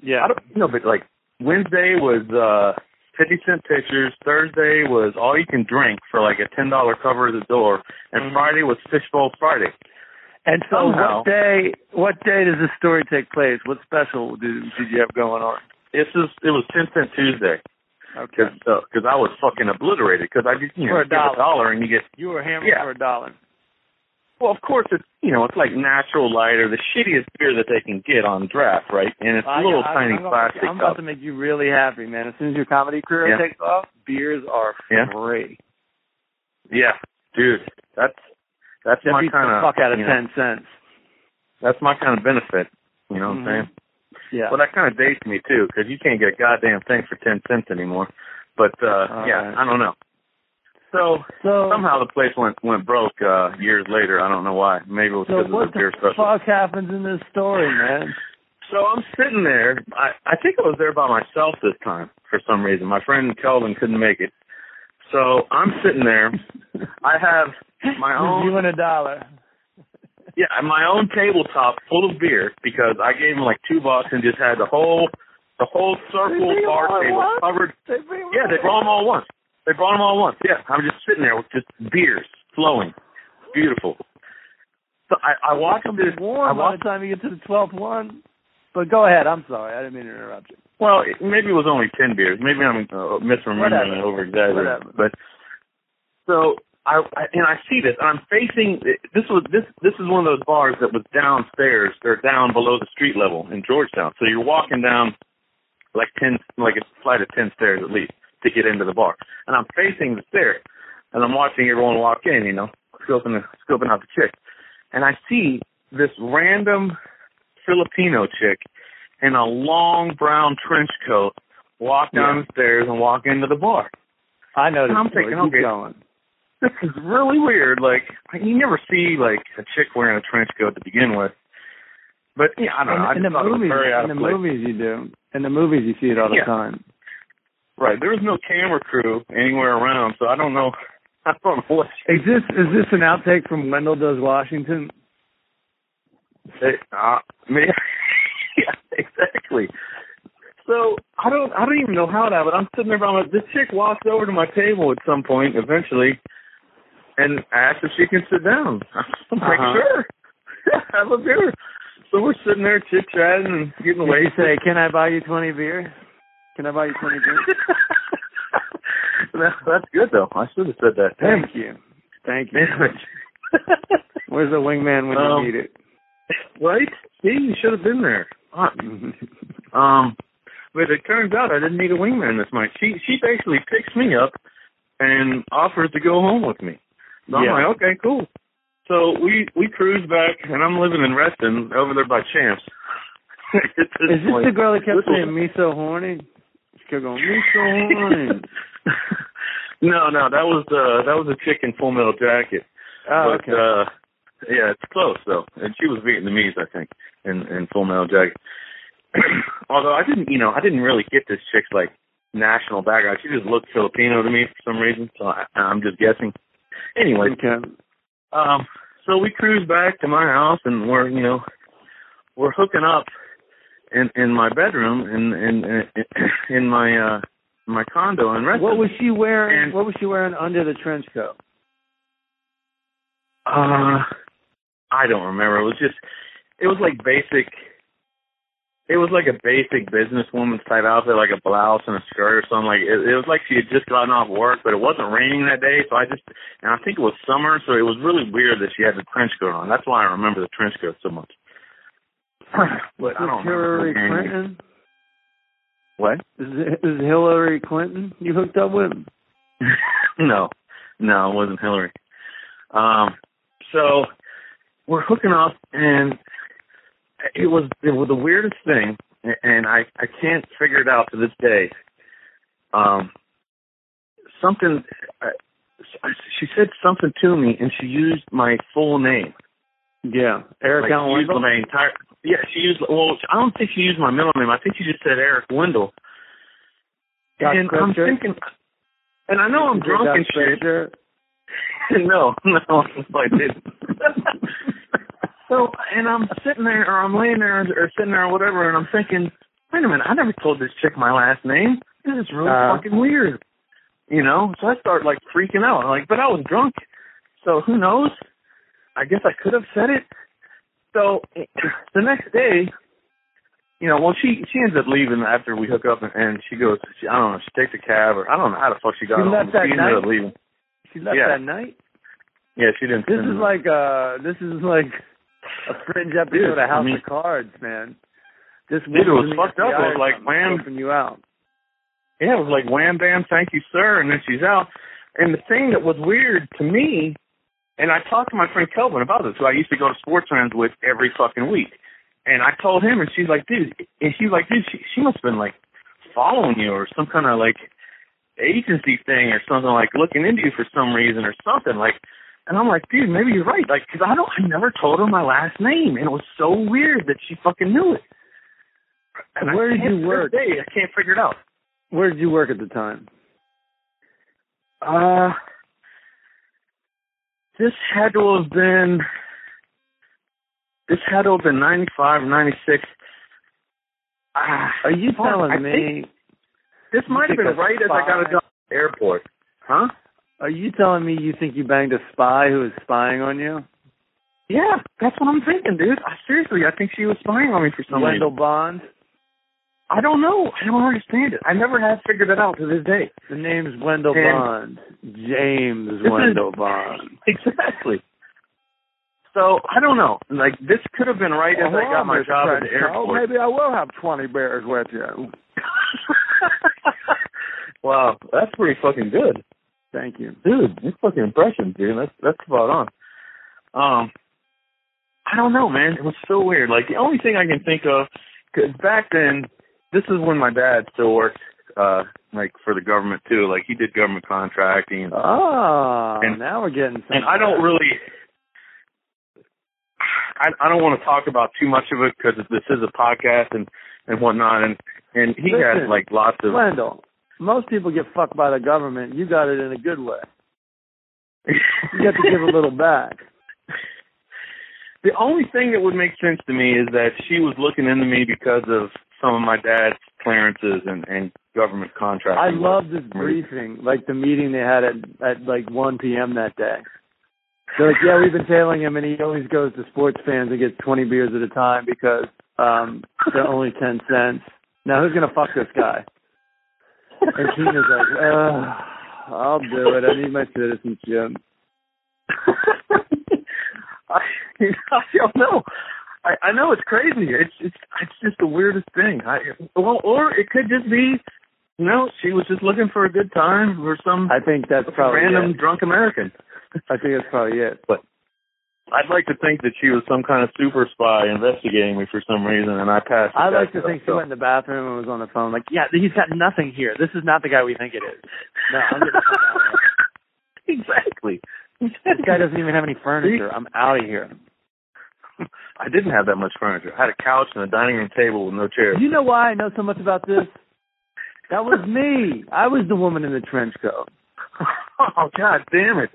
Speaker 3: Yeah.
Speaker 4: I don't know, but like Wednesday was uh fifty cent pictures, Thursday was all you can drink for like a ten dollar cover at the door,
Speaker 3: Mhm.
Speaker 4: and Friday was fishbowl Friday.
Speaker 3: And so,
Speaker 4: Somehow-
Speaker 3: what day? What day does this story take place? What special did, did you have going on?
Speaker 4: This is it was ten cent Tuesday
Speaker 3: Okay,
Speaker 4: because I was fucking obliterated because I just you know
Speaker 3: For a
Speaker 4: you give
Speaker 3: dollar.
Speaker 4: a dollar and you get
Speaker 3: you were hammered
Speaker 4: Yeah.
Speaker 3: for a dollar.
Speaker 4: well of course it's you know it's like natural light or the shittiest beer that they can get on draft right and it's
Speaker 3: I-
Speaker 4: little
Speaker 3: I-
Speaker 4: tiny
Speaker 3: I'm gonna-
Speaker 4: plastic
Speaker 3: I'm about
Speaker 4: cup
Speaker 3: to make you really happy, man. As soon as your comedy career
Speaker 4: Yeah.
Speaker 3: takes off, beers are
Speaker 4: Yeah.
Speaker 3: free.
Speaker 4: yeah dude that's that's
Speaker 3: That
Speaker 4: my
Speaker 3: beats
Speaker 4: kind
Speaker 3: the fuck out of
Speaker 4: you know,
Speaker 3: ten cents.
Speaker 4: that's my kind of benefit you know what
Speaker 3: Mhm.
Speaker 4: I'm saying.
Speaker 3: Yeah.
Speaker 4: Well, that kind of dates me too, because you can't get a goddamn thing for ten cents anymore. But uh
Speaker 3: All
Speaker 4: yeah,
Speaker 3: right.
Speaker 4: I don't know. So
Speaker 3: so
Speaker 4: somehow the place went went broke uh years later. I don't know why. Maybe it was
Speaker 3: so
Speaker 4: because of
Speaker 3: what
Speaker 4: the beer
Speaker 3: the
Speaker 4: special.
Speaker 3: fuck happens in this story, man?
Speaker 4: So I'm sitting there. I I think I was there by myself this time for some reason. My friend Kelvin couldn't make it, so I'm sitting there. I have my own
Speaker 3: You and a dollar.
Speaker 4: Yeah, and my own tabletop full of beer because I gave him like two bucks and just had the whole the whole circle
Speaker 3: They bring 'em
Speaker 4: bar
Speaker 3: all at
Speaker 4: table
Speaker 3: once?
Speaker 4: covered.
Speaker 3: They bring 'em
Speaker 4: yeah, they
Speaker 3: all
Speaker 4: brought them all at once. They brought them all at once. Yeah, I'm just sitting there with just beers flowing, beautiful. So I, I watched
Speaker 3: It's
Speaker 4: this. I
Speaker 3: warm by
Speaker 4: watched.
Speaker 3: the time you get to the twelfth one. But go ahead. I'm sorry. I didn't mean to interrupt you.
Speaker 4: Well, it- maybe it was only ten beers. Maybe I'm uh, misremembering and
Speaker 3: Whatever.
Speaker 4: over exaggerating.
Speaker 3: Whatever.
Speaker 4: But so I, I and I see this, and I'm facing this was this this is one of those bars that was downstairs or down below the street level in Georgetown. So you're walking down like ten like a flight of ten stairs at least to get into the bar, and I'm facing the stairs, and I'm watching everyone walk in, you know, scoping the, scoping out the chick, and I see this random Filipino chick in a long brown trench coat walk down the stairs and walk into the bar
Speaker 3: I know this
Speaker 4: I'm
Speaker 3: story.
Speaker 4: thinking,
Speaker 3: Keep
Speaker 4: okay.
Speaker 3: going.
Speaker 4: this is really weird. Like you never see like a chick wearing a trench coat to begin with. But yeah, I don't know. Uh, I
Speaker 3: in,
Speaker 4: just
Speaker 3: in the
Speaker 4: thought
Speaker 3: movies,
Speaker 4: it was very out
Speaker 3: in
Speaker 4: of
Speaker 3: the
Speaker 4: place.
Speaker 3: movies you do. In the movies you see it all the
Speaker 4: Yeah.
Speaker 3: time.
Speaker 4: Right. There was no camera crew anywhere around, so I don't know. I don't know what.
Speaker 3: Is this is this an outtake from Wendell Does Washington?
Speaker 4: They, uh, maybe, yeah, exactly. So I don't, I don't even know how it happened. I'm sitting there by my. This chick walks over to my table at some point, eventually, and asks if she can sit down. I'm like,
Speaker 3: Uh-huh.
Speaker 4: sure, have a beer. So we're sitting there chit chatting and getting
Speaker 3: Did you
Speaker 4: away.
Speaker 3: say, "Can I buy you twenty beer? Can I buy you twenty beer?"
Speaker 4: no, that's good though. I should have said that. Damn,
Speaker 3: Thank you, thank you.
Speaker 4: damn it.
Speaker 3: Where's the wingman when
Speaker 4: Um,
Speaker 3: you need it?
Speaker 4: right? See, you should have been there. Uh, Fuck. Um, but it turns out I didn't need a wingman this night. She she basically picks me up and offers to go home with me. So
Speaker 3: Yeah.
Speaker 4: I'm like, okay, cool. So we we cruise back, and I'm living in Reston over there by Champs. At this
Speaker 3: Is this
Speaker 4: point-
Speaker 3: the girl that kept
Speaker 4: this was-
Speaker 3: saying "me so horny"? She kept going, "Me so horny."
Speaker 4: no, no, that was uh that was a chick in Full Metal Jacket.
Speaker 3: Oh,
Speaker 4: but
Speaker 3: okay.
Speaker 4: uh yeah, it's close though. And she was Vietnamese, I think, in in Full Metal Jacket. Although I didn't, you know, I didn't really get this chick's like national background. She just looked Filipino to me for some reason, so I, I'm just guessing. Anyway,
Speaker 3: okay.
Speaker 4: um, so we cruise back to my house and we're, you know, we're hooking up in in my bedroom in in in, in my uh my condo in Redmond.
Speaker 3: What was she wearing?
Speaker 4: And-
Speaker 3: what was she wearing under the trench coat?
Speaker 4: Uh, I don't remember. It was just, it was like basic. It was like a basic businesswoman's type outfit, like a blouse and a skirt or something. Like it, it was like she had just gotten off work, but it wasn't raining that day, so I just and I think it was summer, so it was really weird that she had the trench coat on. That's why I remember the trench coat so much.
Speaker 3: What,
Speaker 4: I
Speaker 3: is
Speaker 4: don't
Speaker 3: Hillary
Speaker 4: remember.
Speaker 3: Clinton?
Speaker 4: What?
Speaker 3: Is, it- is Hillary Clinton you hooked up with?
Speaker 4: no, no, it wasn't Hillary. Um, so we're hooking up, and it was it was the weirdest thing, a- and I I can't figure it out to this day. Um, something I, she said something to me, and she used my full name.
Speaker 3: Yeah, Eric
Speaker 4: Like,
Speaker 3: Allen
Speaker 4: she used
Speaker 3: Wendell?
Speaker 4: my entire. Yeah, she used. Well, I don't think she used my middle name. I think she just said Eric Wendell.
Speaker 3: Doc
Speaker 4: and I'm
Speaker 3: Spencer?
Speaker 4: thinking, and I know I'm
Speaker 3: Is it
Speaker 4: drunk
Speaker 3: Doc
Speaker 4: and shit
Speaker 3: Spencer?
Speaker 4: no, no, I didn't. so, and I'm sitting there, or I'm laying there, or sitting there, or whatever, and I'm thinking, wait a minute, I never told this chick my last name. This is really
Speaker 3: Uh.
Speaker 4: fucking weird, you know. So I start like freaking out, like, but I was drunk, so who knows? I guess I could have said it. So the next day, you know, well, she she ends up leaving after we hook up, and, and she goes, she, I don't know, she takes a cab, or I don't know how the fuck she got
Speaker 3: She
Speaker 4: home.
Speaker 3: left
Speaker 4: but
Speaker 3: that
Speaker 4: she ended up
Speaker 3: night?
Speaker 4: leaving.
Speaker 3: She left
Speaker 4: Yeah. Mm-hmm.
Speaker 3: that night.
Speaker 4: Yeah, she didn't.
Speaker 3: This
Speaker 4: send
Speaker 3: is
Speaker 4: it.
Speaker 3: like uh this is like a fringe episode of
Speaker 4: Dude,
Speaker 3: House
Speaker 4: I mean-
Speaker 3: of Cards, man. This
Speaker 4: Dude, it was
Speaker 3: woman's
Speaker 4: fucked up. It
Speaker 3: FBI
Speaker 4: was like,
Speaker 3: is
Speaker 4: man-
Speaker 3: scoping you out.
Speaker 4: Yeah, it was like wham bam, thank you, sir, and then she's out. And the thing that was weird to me, and I talked to my friend Kelvin about this, who I used to go to sports runs with every fucking week. And I told him, and she's like, dude, and she's like, dude, she, she must have been like following you or some kind of like agency thing or something, like looking into you for some reason or something. Like, and I'm like, dude, maybe you're right. Like, cause I don't, I never told her my last name, and it was so weird that she fucking knew it. And I
Speaker 3: Where did
Speaker 4: can't-
Speaker 3: you
Speaker 4: to this
Speaker 3: work?
Speaker 4: Day, I can't figure it out.
Speaker 3: Where did you work at the time?
Speaker 4: Uh, this had to have been this had to have been ninety five, ninety six. Ah,
Speaker 3: Are you
Speaker 4: fuck,
Speaker 3: telling
Speaker 4: I
Speaker 3: me?
Speaker 4: think this might have
Speaker 3: think
Speaker 4: been
Speaker 3: a
Speaker 4: right as I got a
Speaker 3: spy-
Speaker 4: job at the airport? Huh?
Speaker 3: Are you telling me you think you banged a spy who was spying on you?
Speaker 4: Yeah, that's what I'm thinking, dude. I, seriously, I think she was spying on me for some
Speaker 3: Wendell
Speaker 4: reason.
Speaker 3: Bond.
Speaker 4: I don't know. I don't understand it. I never have figured it out to this day.
Speaker 3: The name's Wendell
Speaker 4: And-
Speaker 3: Bond. James
Speaker 4: This is-
Speaker 3: Wendell Bond.
Speaker 4: Exactly. So I don't know. Like this could have been right as I got my job at the airport.
Speaker 3: maybe I will have twenty bears with you.
Speaker 4: wow, that's pretty fucking good,
Speaker 3: Thank you.
Speaker 4: dude. This fucking impression, dude. That's that's spot on. Um, I don't know, man. It was so weird. Like the only thing I can think of, because back then, this is when my dad still worked, uh, like for the government too. Like he did government contracting and
Speaker 3: Ah,
Speaker 4: And-
Speaker 3: now we're getting.
Speaker 4: and I don't really. I, I don't want to talk about too much of it because this is a podcast and and whatnot, and and he
Speaker 3: Listen,
Speaker 4: had like lots of.
Speaker 3: Wendell, most people get fucked by the government. You got it in a good way. You got to give a little back.
Speaker 4: The only thing that would make sense to me is that she was looking into me because of some of my dad's clearances and and government contracts.
Speaker 3: I love this briefing, like the meeting they had at at like 1 p.m. that day. They're like, yeah, we've been tailing him, and he always goes to sports fans and gets 20 beers at a time because um they're only 10 cents. Now who's gonna fuck this guy? And Tina's like, Ugh, I'll do it. I need my citizenship.
Speaker 4: I, I don't know. I, I know it's crazy. It's it's it's just the weirdest thing. I well, or it could just be, you know, she was just looking for a good time or some
Speaker 3: I think that's probably
Speaker 4: random
Speaker 3: It.
Speaker 4: drunk American.
Speaker 3: I think that's probably it.
Speaker 4: I'd like to think that she was some kind of super spy investigating me for some reason, and I passed. the
Speaker 3: I like
Speaker 4: test,
Speaker 3: to think she
Speaker 4: so.
Speaker 3: went in the bathroom and was on the phone, like, yeah, he's got nothing here. This is not the guy we think it is. No, I'm getting the fuck out of
Speaker 4: exactly.
Speaker 3: This guy doesn't even have any furniture. I'm out of here.
Speaker 4: I didn't have that much furniture. I had a couch and a dining room table with no chairs.
Speaker 3: You know why I know so much about this? That was me. I was the woman in the trench coat.
Speaker 4: oh God damn it!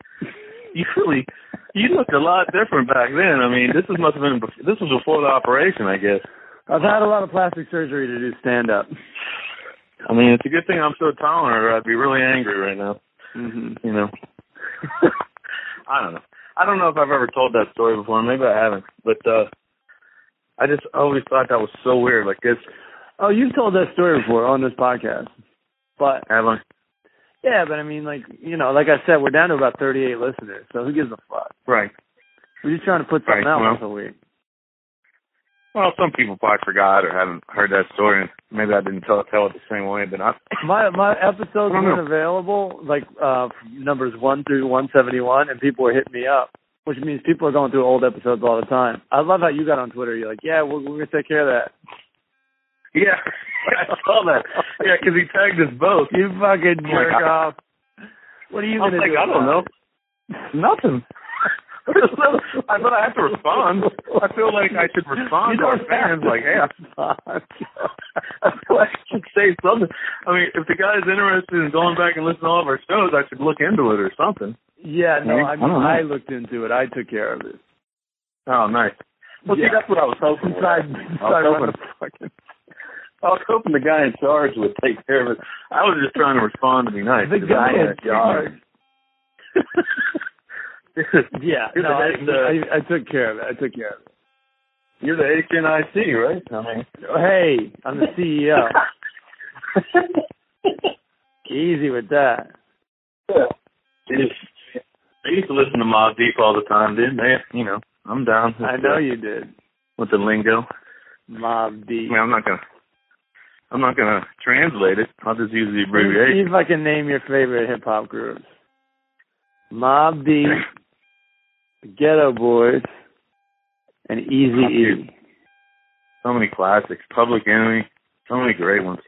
Speaker 4: You really, you looked a lot different back then. I mean, this is must have been bef- this was before the operation, I guess.
Speaker 3: I've had a lot of plastic surgery to do stand up.
Speaker 4: I mean, it's a good thing I'm so tolerant, or I'd be really angry right now.
Speaker 3: hmm
Speaker 4: You know, I don't know. I don't know if I've ever told that story before. Maybe I haven't, but uh I just always thought that was so weird. Like this,
Speaker 3: Oh, you've told that story before on this podcast. But
Speaker 4: have I?
Speaker 3: yeah, but I mean, like you know, like I said, we're down to about 38 listeners, so who gives a fuck?
Speaker 4: Right.
Speaker 3: We're just trying to put something
Speaker 4: Right,
Speaker 3: out
Speaker 4: well.
Speaker 3: once a week.
Speaker 4: Well, some people probably forgot or haven't heard that story, and maybe I didn't tell tell it the same way. But I,
Speaker 3: My my episodes
Speaker 4: I don't
Speaker 3: weren't
Speaker 4: know.
Speaker 3: available, like uh numbers one through 171, and people were hitting me up, which means people are going through old episodes all the time. I love how you got on Twitter. You're like, yeah, we're, we're gonna take care of that.
Speaker 4: yeah, I saw that. Yeah, because he tagged us both.
Speaker 3: You fucking
Speaker 4: Oh my
Speaker 3: jerk
Speaker 4: God.
Speaker 3: off. What are you
Speaker 4: I was
Speaker 3: gonna
Speaker 4: like,
Speaker 3: do?
Speaker 4: I don't know.
Speaker 3: about
Speaker 4: Nothing. I thought I have to respond. I feel like I should respond
Speaker 3: You
Speaker 4: to our
Speaker 3: don't have
Speaker 4: fans.
Speaker 3: to
Speaker 4: Like, hey, I
Speaker 3: it?
Speaker 4: I feel like I should say something. I mean, if the guy's interested in going back and listening to all of our shows, I should look into it or something.
Speaker 3: yeah, no,
Speaker 4: Right?
Speaker 3: I
Speaker 4: I
Speaker 3: mean,
Speaker 4: don't know.
Speaker 3: I, looked into it. I took care of it.
Speaker 4: Oh, nice. Well,
Speaker 3: Yeah.
Speaker 4: see, that's what I was hoping. for.
Speaker 3: Inside,
Speaker 4: I was
Speaker 3: inside
Speaker 4: hoping-
Speaker 3: running fucking.
Speaker 4: I was hoping the guy in charge would take care of it. I was just trying to respond to be nice.
Speaker 3: The guy in charge.
Speaker 4: Dude,
Speaker 3: Yeah,
Speaker 4: You're
Speaker 3: no,
Speaker 4: the
Speaker 3: I,
Speaker 4: next, uh,
Speaker 3: I, I took care of it. I took care of it.
Speaker 4: You're the HNIC, right? I mean,
Speaker 3: Hey, I'm the E CEO. Easy with that.
Speaker 4: yeah. Jeez. I used to listen to Mob Deep all the time, didn't they? You know, I'm down. With
Speaker 3: I know
Speaker 4: the,
Speaker 3: you did.
Speaker 4: with the lingo.
Speaker 3: Mob
Speaker 4: I
Speaker 3: D.
Speaker 4: mean, I'm not gonna, I'm not gonna translate it. I'll just use the
Speaker 3: See
Speaker 4: abbreviation.
Speaker 3: if I can name your favorite hip hop groups. Mob Deep, the Ghetto Boys, and Easy E.
Speaker 4: So many classics, Public Enemy, so many great ones.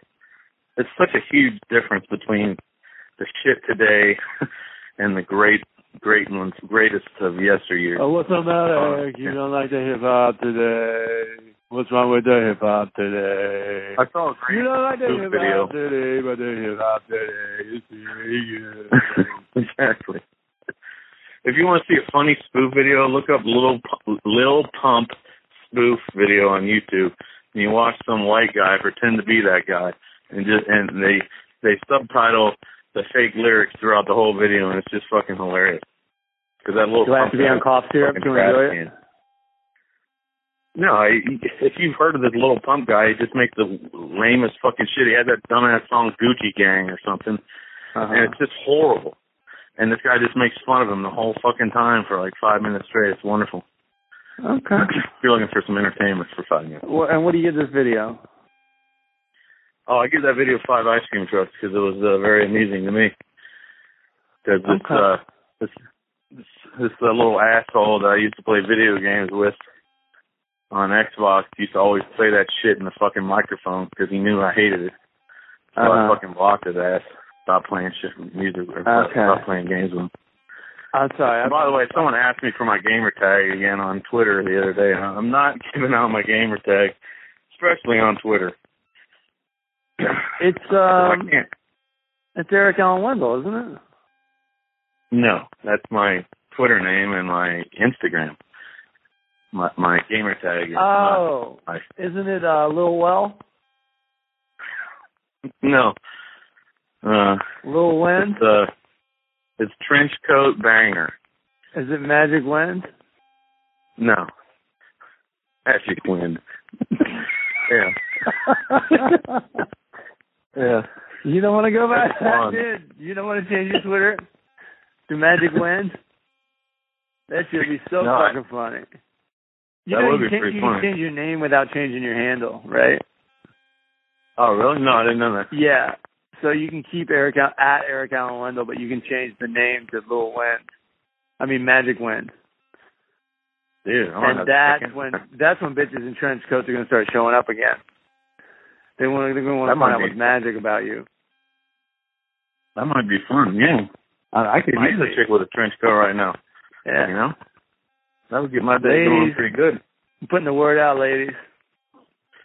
Speaker 4: It's such a huge difference between the shit today and the great, great ones, greatest of yesteryear.
Speaker 3: Oh, what's the matter?
Speaker 4: You
Speaker 3: don't like the hip hop today. What's wrong with the hip hop today?
Speaker 4: I saw a great
Speaker 3: You don't like the
Speaker 4: Good
Speaker 3: hip
Speaker 4: video.
Speaker 3: hop today, but the hip hop today is really good.
Speaker 4: exactly. If you want to see a funny spoof video, look up Lil Pu- Lil Pump spoof video on YouTube, and you watch some white guy pretend to be that guy, and just and they they subtitle the fake lyrics throughout the whole video, and it's just fucking hilarious. Because that little
Speaker 3: Do I have
Speaker 4: pump
Speaker 3: to be
Speaker 4: guy
Speaker 3: on cough syrup
Speaker 4: fucking
Speaker 3: to
Speaker 4: trash
Speaker 3: enjoy it?
Speaker 4: can. No, I, if you've heard of this little pump guy, he just makes the lamest fucking shit. He had that dumbass song Gucci Gang or something
Speaker 3: Uh-huh.
Speaker 4: and it's just horrible. And this guy just makes fun of him the whole fucking time for like five minutes straight. It's wonderful.
Speaker 3: Uh-huh.
Speaker 4: if
Speaker 3: Okay.
Speaker 4: you're looking for some entertainment for five minutes.
Speaker 3: Well, and what do you give this video?
Speaker 4: Oh, I give that video five ice cream trucks because it was uh, very amusing to me. Because this,
Speaker 3: Okay.
Speaker 4: uh, this this this uh, little asshole that I used to play video games with on Xbox used to always play that shit in the fucking microphone because he knew I hated it. So I
Speaker 3: Uh-huh.
Speaker 4: fucking blocked his ass. Stopped playing shit music or
Speaker 3: Okay.
Speaker 4: stopped playing games with him.
Speaker 3: I'm sorry. I'm
Speaker 4: And by the way, someone asked me for my gamer tag again on Twitter the other day. and I'm not giving out my gamer tag, especially on Twitter.
Speaker 3: It's
Speaker 4: I
Speaker 3: um,
Speaker 4: can't.
Speaker 3: it's Eric Allen Wendell, isn't it?
Speaker 4: No, that's my Twitter name and my Instagram. My my gamer tag is not-
Speaker 3: Oh,
Speaker 4: I-
Speaker 3: isn't it uh, Lil Well,
Speaker 4: no. Uh,
Speaker 3: Lil Wen?
Speaker 4: it's uh, it's trench coat banger.
Speaker 3: Is it Magic Wen?
Speaker 4: No, actually, Quinn. yeah, yeah.
Speaker 3: you don't want to go back.
Speaker 4: That's fun.
Speaker 3: Dude, you don't want to change your Twitter to Magic Wen? That should be so
Speaker 4: No, I-
Speaker 3: fucking funny. You
Speaker 4: That
Speaker 3: know,
Speaker 4: would
Speaker 3: you
Speaker 4: be
Speaker 3: can't-
Speaker 4: pretty
Speaker 3: you can
Speaker 4: funny.
Speaker 3: change your name without changing your handle, right?
Speaker 4: Oh, really? No, I didn't know that.
Speaker 3: Yeah. So you can keep Eric Al- at Eric Allen Wendell, but you can change the name to Lil Wen. I mean Magic Wen.
Speaker 4: Dude, I'm gonna have
Speaker 3: And
Speaker 4: to check
Speaker 3: that's
Speaker 4: in.
Speaker 3: when that's when bitches in trench coats are gonna start showing up again. They want they're gonna want
Speaker 4: That
Speaker 3: to
Speaker 4: might
Speaker 3: find out
Speaker 4: be-
Speaker 3: what's magic about you.
Speaker 4: That might be fun. Yeah, I, I could
Speaker 3: Might
Speaker 4: use
Speaker 3: be.
Speaker 4: a chick with a trench coat right now.
Speaker 3: Yeah.
Speaker 4: You know, that would get my day going
Speaker 3: Ladies.
Speaker 4: pretty good.
Speaker 3: I'm putting the word out, ladies.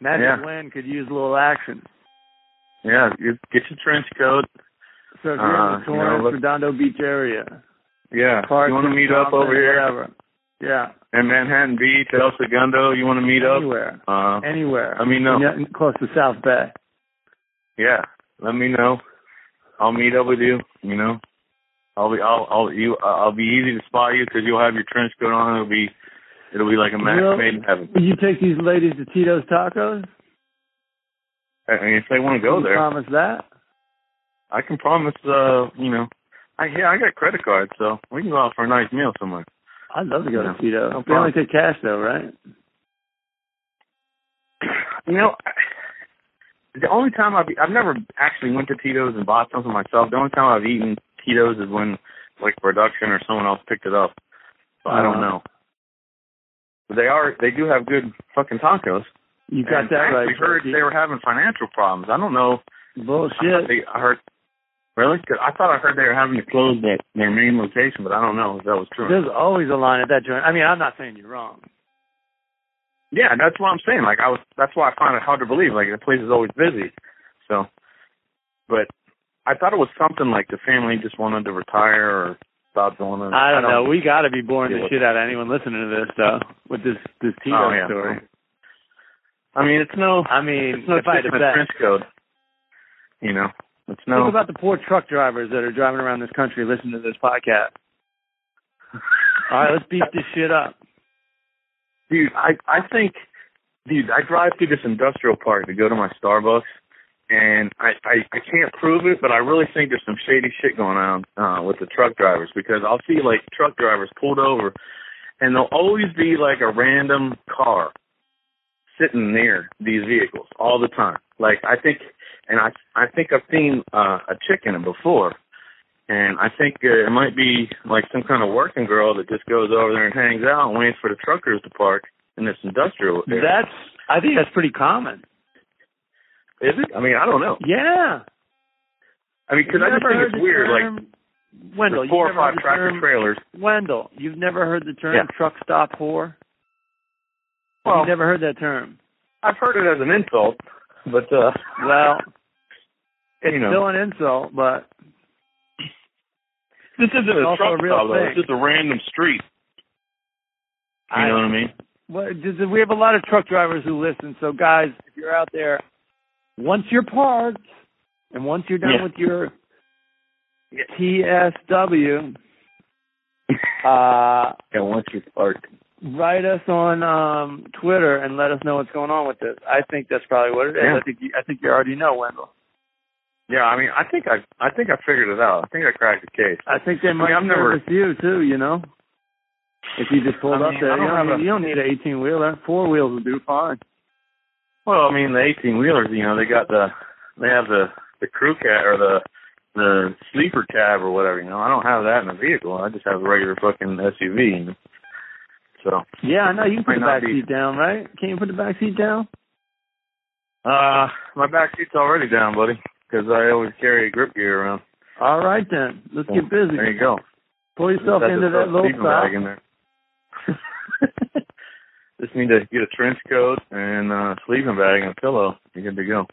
Speaker 3: Magic
Speaker 4: Yeah.
Speaker 3: Lynn could use a little action.
Speaker 4: Yeah, you get your trench coat.
Speaker 3: So if you're in
Speaker 4: Uh,
Speaker 3: the
Speaker 4: you know,
Speaker 3: Torrance,
Speaker 4: look-
Speaker 3: Redondo Beach area,
Speaker 4: Yeah,
Speaker 3: Clark,
Speaker 4: you want to meet up over here
Speaker 3: whatever. Yeah,
Speaker 4: in Manhattan Beach, El Segundo. You want to meet up?
Speaker 3: anywhere,
Speaker 4: Uh,
Speaker 3: anywhere.
Speaker 4: let me know.
Speaker 3: Yeah, close to South Bay.
Speaker 4: yeah, let me know. I'll meet up with you. You know, I'll be I'll I'll you I'll be easy to spot you because you'll have your trench coat on. It'll be it'll be like a match
Speaker 3: Well-
Speaker 4: made in heaven.
Speaker 3: Will you take these ladies to Tito's Tacos?
Speaker 4: I mean, if they want to go
Speaker 3: Can you
Speaker 4: there,
Speaker 3: Promise that.
Speaker 4: I can promise. Uh, you know, I yeah, I got credit cards, so we can go out for a nice meal somewhere.
Speaker 3: I'd love to go
Speaker 4: No.
Speaker 3: to Tito's.
Speaker 4: No
Speaker 3: they only
Speaker 4: problem.
Speaker 3: take cash though, right?
Speaker 4: You know, the only time I've I've never actually went to Tito's and bought something myself. The only time I've eaten Tito's is when like production or someone else picked it up. So I don't
Speaker 3: Uh-huh.
Speaker 4: know. But they are they do have good fucking tacos.
Speaker 3: You got
Speaker 4: And
Speaker 3: that
Speaker 4: I
Speaker 3: right.
Speaker 4: actually heard
Speaker 3: Bucky.
Speaker 4: they were having financial problems. I don't know. I thought
Speaker 3: Bullshit.
Speaker 4: they, I heard really 'Cause I thought I heard they were having to close that their main location, but I don't know if that was true. or not.
Speaker 3: There's always a line at that joint. I mean, I'm not saying you're wrong.
Speaker 4: Yeah, that's what I'm saying. Like I was, that's why I find it hard to believe. Like the place is always busy. So, but I thought it was something like the family just wanted to retire or stop doing it.
Speaker 3: I don't, know. We got to be boring
Speaker 4: Yeah.
Speaker 3: the shit out of anyone listening to this though with this this Tito
Speaker 4: Oh, yeah.
Speaker 3: story.
Speaker 4: I mean, it's no,
Speaker 3: I mean,
Speaker 4: it's no
Speaker 3: if I had
Speaker 4: different
Speaker 3: to
Speaker 4: than
Speaker 3: bet,
Speaker 4: trench code. You know, it's no.
Speaker 3: think about the poor truck drivers that are driving around this country listening to this podcast. All right, let's beat this shit up.
Speaker 4: dude, I I think, dude, I drive through this industrial park to go to my Starbucks, and I I, I can't prove it, but I really think there's some shady shit going on uh, with the truck drivers because I'll see like truck drivers pulled over, and there'll always be like a random car sitting near these vehicles all the time. Like I think, and I I think I've seen uh, a chick in it before. And I think uh, it might be like some kind of working girl that just goes over there and hangs out and waits for the truckers to park in this industrial area.
Speaker 3: That's I think that's pretty common.
Speaker 4: Is it? I mean, I don't know.
Speaker 3: Yeah,
Speaker 4: I mean, because I just think it's weird. Like
Speaker 3: like Wendell,
Speaker 4: there's four or
Speaker 3: you've never
Speaker 4: five
Speaker 3: heard the
Speaker 4: tractor
Speaker 3: term-
Speaker 4: trailers.
Speaker 3: Wendell, you've never heard the term
Speaker 4: Yeah.
Speaker 3: truck stop whore.
Speaker 4: Well,
Speaker 3: you've never heard that term.
Speaker 4: I've heard it as an insult, but uh,
Speaker 3: Well,
Speaker 4: you know,
Speaker 3: still an insult, but
Speaker 4: this isn't
Speaker 3: it's
Speaker 4: a
Speaker 3: also
Speaker 4: truck
Speaker 3: a real
Speaker 4: stop. though. It's
Speaker 3: thing.
Speaker 4: just a random street. You
Speaker 3: I-
Speaker 4: know what I mean?
Speaker 3: Well, does- we have a lot of truck drivers who listen. So, guys, if you're out there, once you're parked and once you're done
Speaker 4: Yeah.
Speaker 3: with your
Speaker 4: Yeah.
Speaker 3: TSW, uh,
Speaker 4: Yeah, once you park.
Speaker 3: write us on um, Twitter and let us know what's going on with this. I think that's probably what it is.
Speaker 4: Yeah.
Speaker 3: I think you, I think you already know, Wendell.
Speaker 4: Yeah, I mean, I think I, I think I figured it out. I think I cracked the case.
Speaker 3: I think they might
Speaker 4: I've never-
Speaker 3: service you too. You know, if you just pulled
Speaker 4: I
Speaker 3: up
Speaker 4: mean,
Speaker 3: there,
Speaker 4: I
Speaker 3: you
Speaker 4: don't
Speaker 3: don't,
Speaker 4: have
Speaker 3: need,
Speaker 4: a-
Speaker 3: you don't need an eighteen wheeler. Four wheels will do fine.
Speaker 4: Well, I mean the eighteen wheelers, you know, they got the they have the the crew cab or the the sleeper cab or whatever, you know. I don't have that in a vehicle. I just have a regular fucking SUV. you know. So
Speaker 3: Yeah, I know. You can put the
Speaker 4: Might not
Speaker 3: back
Speaker 4: be-
Speaker 3: seat down, right? Can you put the back seat down?
Speaker 4: uh my back seat's already down, buddy, because I always carry a grip gear around.
Speaker 3: All right then, let's
Speaker 4: So,
Speaker 3: get busy.
Speaker 4: There you go.
Speaker 3: Pull yourself
Speaker 4: Just had
Speaker 3: into
Speaker 4: to
Speaker 3: that
Speaker 4: throw a
Speaker 3: little
Speaker 4: sleeping
Speaker 3: spot.
Speaker 4: bag in there. just need to get a trench coat and uh, a sleeping bag and a pillow. You're good to go.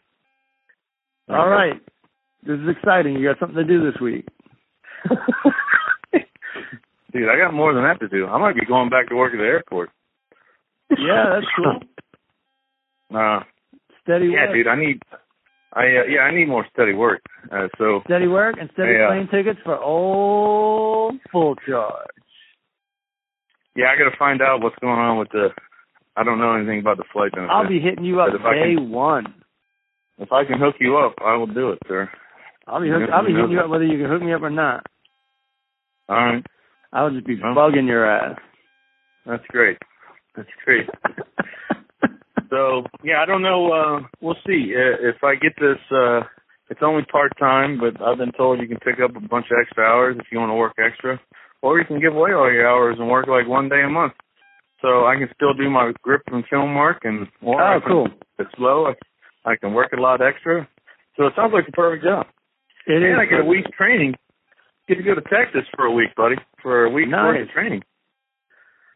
Speaker 4: There you
Speaker 3: All
Speaker 4: go.
Speaker 3: right, this is exciting. You got something to do this week.
Speaker 4: Dude, I got more than that to do. I might be going back to work at the airport.
Speaker 3: Yeah, that's cool.
Speaker 4: Uh,
Speaker 3: Steady
Speaker 4: yeah,
Speaker 3: work,
Speaker 4: dude, I need, I uh, yeah, I need more steady work. Uh, so
Speaker 3: steady work, and steady
Speaker 4: Hey, uh,
Speaker 3: plane tickets for old full charge.
Speaker 4: yeah, I got to find out what's going on with the. I don't know anything about the flight benefits.
Speaker 3: I'll be hitting you up
Speaker 4: But if I
Speaker 3: day
Speaker 4: can-
Speaker 3: one.
Speaker 4: if I can hook you up, I will do it, sir.
Speaker 3: I'll be
Speaker 4: You
Speaker 3: hook,
Speaker 4: never
Speaker 3: I'll be
Speaker 4: know
Speaker 3: hitting you
Speaker 4: that.
Speaker 3: up whether you can hook me up or not.
Speaker 4: All right,
Speaker 3: I'll just be
Speaker 4: Well.
Speaker 3: bugging your ass.
Speaker 4: that's great. That's great. so yeah, I don't know. Uh, we'll see uh, if I get this. Uh, it's only part time, but I've been told you can pick up a bunch of extra hours if you want to work extra, or you can give away all your hours and work like one day a month. So I can still do my grip and film work, and or I
Speaker 3: Oh,
Speaker 4: can-
Speaker 3: cool.
Speaker 4: if it's low. I, I can work a lot extra. So it sounds like the perfect job.
Speaker 3: It
Speaker 4: and I
Speaker 3: is.
Speaker 4: get a week's training. Get to go to Texas for a week, buddy, for a week's
Speaker 3: Nice.
Speaker 4: worth of training.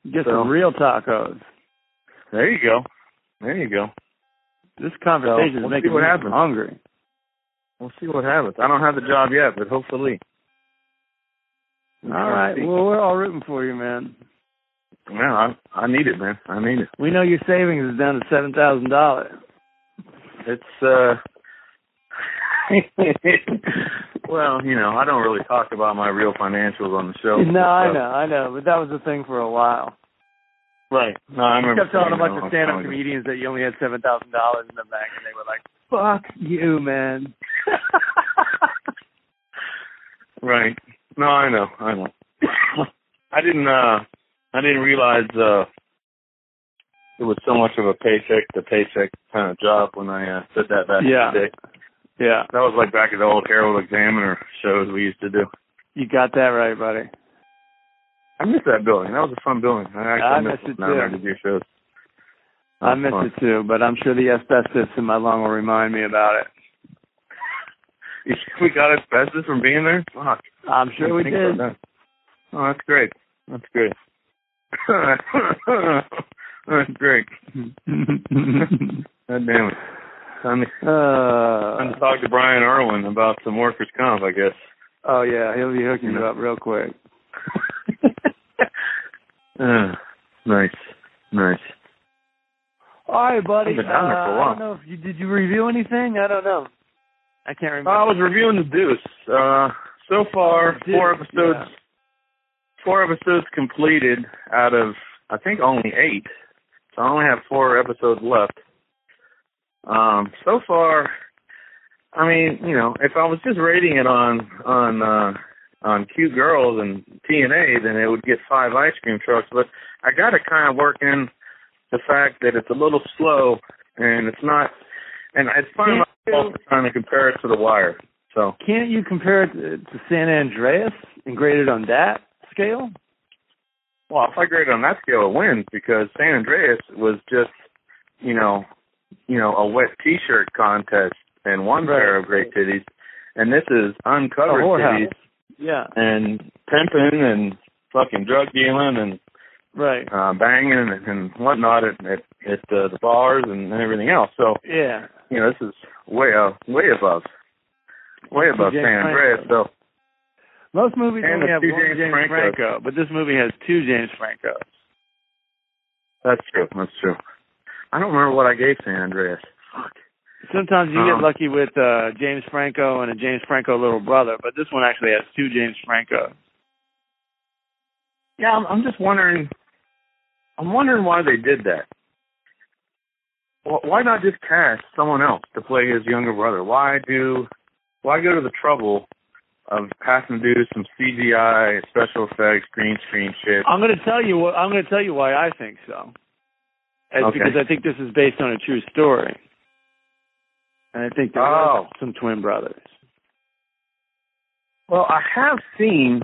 Speaker 3: Get
Speaker 4: So-
Speaker 3: some real tacos.
Speaker 4: There you go. There you go.
Speaker 3: This conversation
Speaker 4: we'll
Speaker 3: is
Speaker 4: see
Speaker 3: making
Speaker 4: what
Speaker 3: me
Speaker 4: happens.
Speaker 3: hungry.
Speaker 4: We'll see what happens. I don't have the job yet, but hopefully.
Speaker 3: All right.
Speaker 4: See.
Speaker 3: Well, we're all rooting for you, man.
Speaker 4: man, I I need it, man. I need it.
Speaker 3: We know your savings is down to seven thousand dollars.
Speaker 4: It's uh. well, you know, I don't really talk about my real financials on the show.
Speaker 3: No, I
Speaker 4: So-
Speaker 3: know, I know, but that was the thing for a while.
Speaker 4: Right. No, I
Speaker 3: You
Speaker 4: remember.
Speaker 3: kept telling a
Speaker 4: saying that
Speaker 3: bunch
Speaker 4: long
Speaker 3: of stand-up
Speaker 4: time ago.
Speaker 3: comedians that you only had seven thousand dollars in the bank, and they were like, "Fuck you, man."
Speaker 4: Right. No, I know. I know. I didn't. uh I didn't realize uh it was so much of a paycheck to paycheck kind of job when I uh, said that back
Speaker 3: Yeah.
Speaker 4: in the day.
Speaker 3: yeah,
Speaker 4: That was like back at the old Herald Examiner shows we used to do.
Speaker 3: you got that right, buddy.
Speaker 4: I miss that building. That was a fun building. I actually
Speaker 3: I
Speaker 4: miss
Speaker 3: miss it
Speaker 4: down there
Speaker 3: too.
Speaker 4: to do shows.
Speaker 3: I miss
Speaker 4: Fun.
Speaker 3: it too, but I'm sure the asbestos in my lung will remind me about it.
Speaker 4: we got asbestos from being there. Fuck.
Speaker 3: I'm sure we
Speaker 4: Thanks for
Speaker 3: did.
Speaker 4: that. Oh, that's great. That's great. that's great. God damn it. Time to, time to
Speaker 3: uh,
Speaker 4: talk to Brian Irwin about some workers' comp, I guess.
Speaker 3: oh yeah, he'll be hooking you up real quick.
Speaker 4: uh, nice. Nice.
Speaker 3: All right, buddy.
Speaker 4: I've been down there
Speaker 3: Uh,
Speaker 4: for a
Speaker 3: I
Speaker 4: while.
Speaker 3: don't know if you did you review anything. I don't know. I can't remember.
Speaker 4: I was reviewing the Deuce. Uh, so far,
Speaker 3: Deuce,
Speaker 4: four episodes.
Speaker 3: yeah.
Speaker 4: Four episodes completed out of I think only eight. So I only have four episodes left. Um, so far, I mean, you know, if I was just rating it on on uh, on Q Girls and TNA, then it would get five ice cream trucks. But I got to kind of work in the fact that it's a little slow and it's not. And I find
Speaker 3: Can't
Speaker 4: myself trying to compare it to The Wire. So
Speaker 3: Can't you compare it to, to San Andreas and grade it on that scale?
Speaker 4: Well, if I grade it on that scale, it wins because San Andreas was just, you know, you know, a wet T-shirt contest and one
Speaker 3: Right.
Speaker 4: pair of great titties, and this is uncovered
Speaker 3: A whorehouse.
Speaker 4: titties
Speaker 3: Yeah,
Speaker 4: and pimping and fucking drug dealing and
Speaker 3: right.
Speaker 4: uh, banging and, and whatnot at at, at uh, the bars and everything else. So
Speaker 3: Yeah.
Speaker 4: you know, this is way uh, way above, way above
Speaker 3: James
Speaker 4: San Andreas. So
Speaker 3: Most movies
Speaker 4: And
Speaker 3: only
Speaker 4: the
Speaker 3: have
Speaker 4: two
Speaker 3: one
Speaker 4: James
Speaker 3: James Franco.
Speaker 4: Francos.
Speaker 3: but this movie has two James Francos.
Speaker 4: that's true. That's true. I don't remember what I gave San Andreas. Fuck.
Speaker 3: Sometimes you get
Speaker 4: Um,
Speaker 3: lucky with uh James Franco and a James Franco little brother, but this one actually has two James Franco.
Speaker 4: Yeah, I'm, I'm just wondering. I'm wondering why they did that. Wh- Why not just cast someone else to play his younger brother? Why do? Why go to the trouble of having to do some CGI, special effects, green screen shit?
Speaker 3: I'm going to tell you what I'm going to tell you why I think so. It's
Speaker 4: Okay.
Speaker 3: because I think this is based on a true story, and I think there
Speaker 4: Oh.
Speaker 3: are some twin brothers.
Speaker 4: Well, I have seen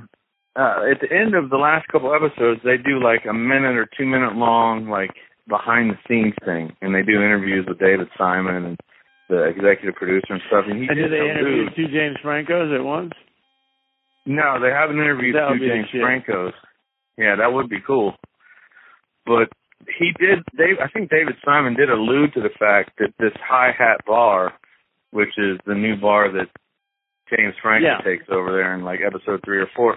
Speaker 4: uh, at the end of the last couple episodes, they do like a minute or two minute long like behind the scenes thing, and they do interviews with David Simon and the executive producer and stuff. And he
Speaker 3: And do
Speaker 4: just
Speaker 3: they interview
Speaker 4: alludes-
Speaker 3: two James Francos at once?
Speaker 4: No, they haven't interviewed
Speaker 3: That would
Speaker 4: two
Speaker 3: be the
Speaker 4: James
Speaker 3: shit.
Speaker 4: Franco's. Yeah, that would be cool. But he did. Dave, I think David Simon did allude to the fact that this hi hat bar, which is the new bar that James Franco
Speaker 3: Yeah.
Speaker 4: takes over there in like episode three or four,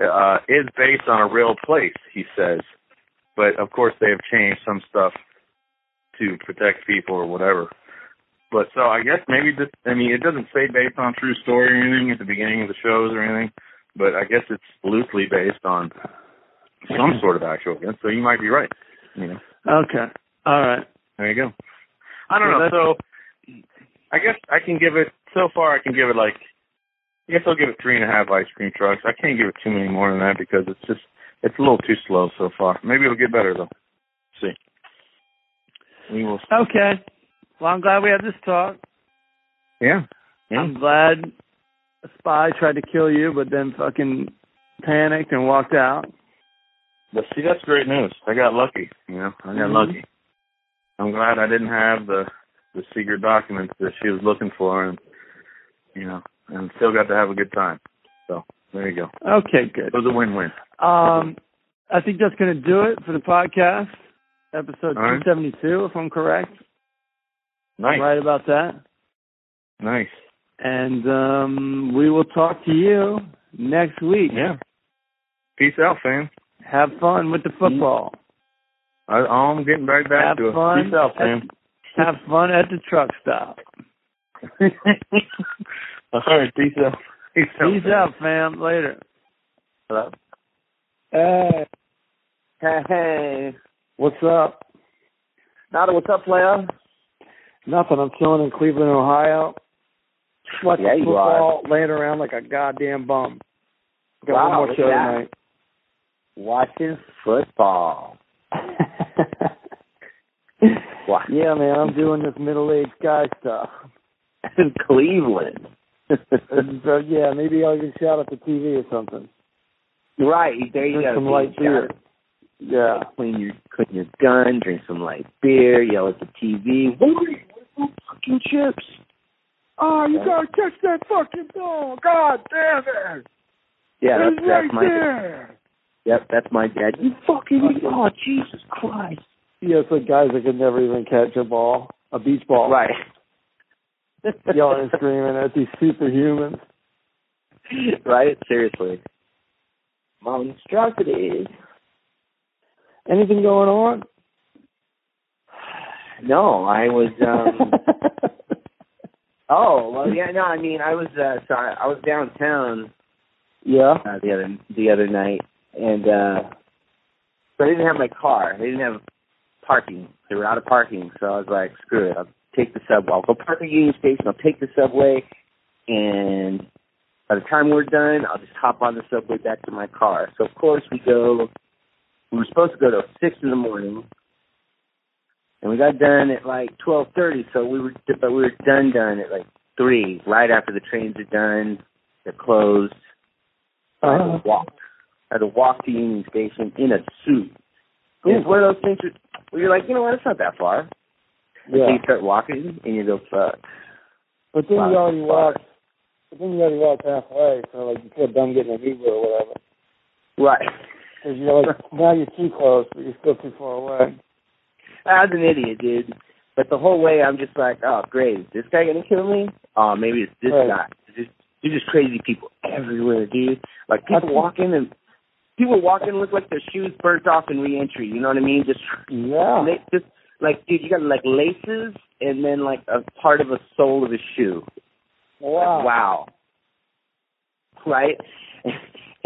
Speaker 4: uh, is based on a real place. He says, but of course they have changed some stuff to protect people or whatever. But so I guess maybe this. I mean, it doesn't say based on true story or anything at the beginning of the shows or anything. But I guess it's loosely based on some sort of actual event. So you might be right. You know,
Speaker 3: Okay. All right.
Speaker 4: there you go. I don't
Speaker 3: Well,
Speaker 4: know.
Speaker 3: that's-
Speaker 4: So I guess I can give it. So far, I can give it like. I guess I'll give it three and a half ice cream trucks. I can't give it too many more than that because it's just it's a little too slow so far. Maybe it'll get better though. See. We will.
Speaker 3: Okay. Well, I'm glad we had this talk.
Speaker 4: Yeah. Yeah.
Speaker 3: I'm glad a spy tried to kill you, but then fucking panicked and walked out.
Speaker 4: But see, that's great news. I got lucky. You know, I got
Speaker 3: Mhm.
Speaker 4: lucky. I'm glad I didn't have the the secret documents that she was looking for, and you know, and still got to have a good time. So there you go.
Speaker 3: Okay, good.
Speaker 4: It was a win-win.
Speaker 3: Um, I think that's going to do it for the podcast, episode
Speaker 4: All right.
Speaker 3: 272, if I'm correct.
Speaker 4: Nice.
Speaker 3: I'm right about that.
Speaker 4: Nice.
Speaker 3: And um, we will talk to you next week.
Speaker 4: Yeah. Peace out, fam.
Speaker 3: Have fun with the football.
Speaker 4: I, I'm getting right back
Speaker 3: Have
Speaker 4: to it.
Speaker 3: fun.
Speaker 4: Peace out, fam.
Speaker 3: Have fun at the truck stop.
Speaker 4: All right. Peace out. Peace out.
Speaker 3: Peace
Speaker 4: fam.
Speaker 3: out, fam. Later.
Speaker 4: Hello?
Speaker 5: Hey. Hey, hey.
Speaker 3: What's up?
Speaker 5: Nada, what's up, player?
Speaker 3: Nothing. I'm chilling in Cleveland, Ohio. Watching
Speaker 5: Yeah, you
Speaker 3: football, laying around like a goddamn bum. Got
Speaker 5: Wow,
Speaker 3: one more
Speaker 5: look
Speaker 3: show
Speaker 5: at that.
Speaker 3: tonight.
Speaker 5: Watching football. Wow.
Speaker 3: yeah, man, I'm doing this middle-aged guy stuff.
Speaker 5: In Cleveland.
Speaker 3: And so, yeah, maybe I'll even shout at the TV or something.
Speaker 5: right, there you
Speaker 3: Drink
Speaker 5: go.
Speaker 3: some light beer. Yeah.
Speaker 5: Clean your clean your gun, drink some light beer, yell at the TV. What are you- what are you fucking chips?
Speaker 3: Oh, you gotta catch that fucking ball! God damn it!
Speaker 5: Yeah, that's, that's my
Speaker 3: there.
Speaker 5: yep, that's my dad. You fucking oh Jesus Christ.
Speaker 3: Yeah, it's like guys that could never even catch a ball, a beach ball.
Speaker 5: Right.
Speaker 3: Yelling and screaming at these superhumans.
Speaker 5: right? Seriously. Mom instructed.
Speaker 3: Anything going on?
Speaker 5: No, I was um oh, well yeah, no, I mean I was uh sorry, I was downtown
Speaker 3: yeah.
Speaker 5: uh, the other the other night and uh so I didn't have my car. They didn't have parking. They were out of parking, so I was like, screw it, I'll take the subway. I'll go park at Union Station, I'll take the subway and by the time we're done, I'll just hop on the subway back to my car. So of course we go we were supposed to go to six in the morning and we got done at like twelve thirty, so we were but we were done done at like three, right after the trains are done, they're closed. I had
Speaker 3: Uh,
Speaker 5: to walk. I had to walk to Union Station in a suit. And It's one of those things where- where you're like, you know what, it's not that far. So
Speaker 3: yeah.
Speaker 5: you start walking and you go, fuck.
Speaker 3: But then you
Speaker 5: Wow.
Speaker 3: already walked. But then you already walked halfway, so like you could have done getting an Uber or whatever.
Speaker 5: Right.
Speaker 3: Because you're like now you're too close, but you're still too far away.
Speaker 5: I was an idiot, dude. But the whole way, I'm just like, oh, great. Is this guy gonna kill me? Oh, maybe it's this
Speaker 3: Right.
Speaker 5: guy. It's just, you're just crazy people everywhere, dude. Like
Speaker 3: I
Speaker 5: people
Speaker 3: think-
Speaker 5: walking and people walking look like their shoes burnt off in reentry. You know what I mean? Just
Speaker 3: Yeah.
Speaker 5: they, just like, dude, you got like laces and then like a part of a sole of a shoe.
Speaker 3: Wow.
Speaker 5: Like, wow. Right.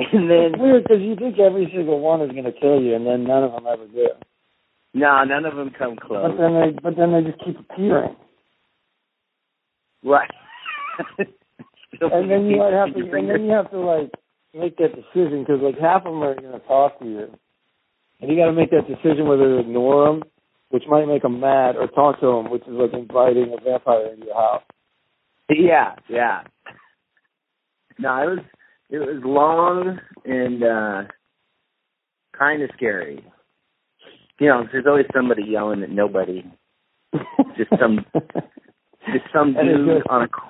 Speaker 5: and then
Speaker 3: It's weird because you think every single one is going to kill you, and then none of them ever do.
Speaker 5: no, none of them come close.
Speaker 3: But then they, but then they just keep appearing,
Speaker 5: Right.
Speaker 3: and then you might have to, and then you have to like make that decision because like half of them are going to talk to you, and you got to make that decision whether to ignore them, which might make them mad, or talk to them, which is like inviting a vampire into your house.
Speaker 5: Yeah, yeah. No, it was it was long and uh kind of scary. You know, 'cause there's always somebody yelling at nobody. Just some- Just some
Speaker 3: And it's
Speaker 5: dude
Speaker 3: just-
Speaker 5: on a cor-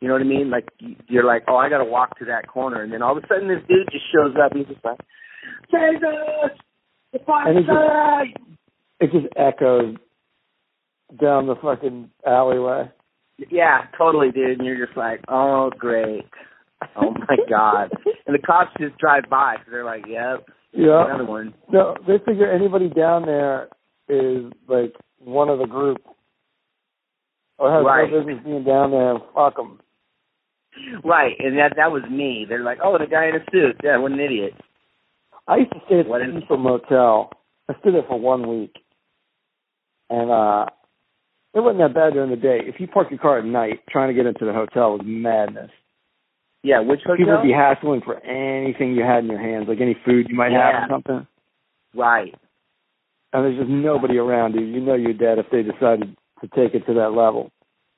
Speaker 5: you know what I mean? Like y- you're like, oh, I got to walk to that corner, and then all of a sudden this dude just shows up. And he's just like, Jesus, the
Speaker 3: And it's just-
Speaker 5: fire's
Speaker 3: it just echoes down the fucking alleyway.
Speaker 5: Yeah, totally, dude. And you're just like, oh, great. Oh, my God. And the cops just drive by because they're like, yep,
Speaker 3: Yeah.
Speaker 5: another one.
Speaker 3: No, they figure anybody down there is like one of the group, or has
Speaker 5: Right.
Speaker 3: no business being down there. Fuck them.
Speaker 5: Right, and that that was me. They're like, oh, the guy in a suit. Yeah, what an idiot.
Speaker 3: I used to stay at
Speaker 5: What
Speaker 3: the
Speaker 5: is-
Speaker 3: Cecil Motel. I stayed there for one week, and uh it wasn't that bad during the day. If you park your car at night, trying to get into the hotel was madness.
Speaker 5: Yeah, which
Speaker 3: People
Speaker 5: hotel?
Speaker 3: would be hassling for anything you had in your hands, like any food you might have
Speaker 5: Yeah.
Speaker 3: or something.
Speaker 5: right,
Speaker 3: And there's just nobody around you. You know you're dead if they decided to take it to that level.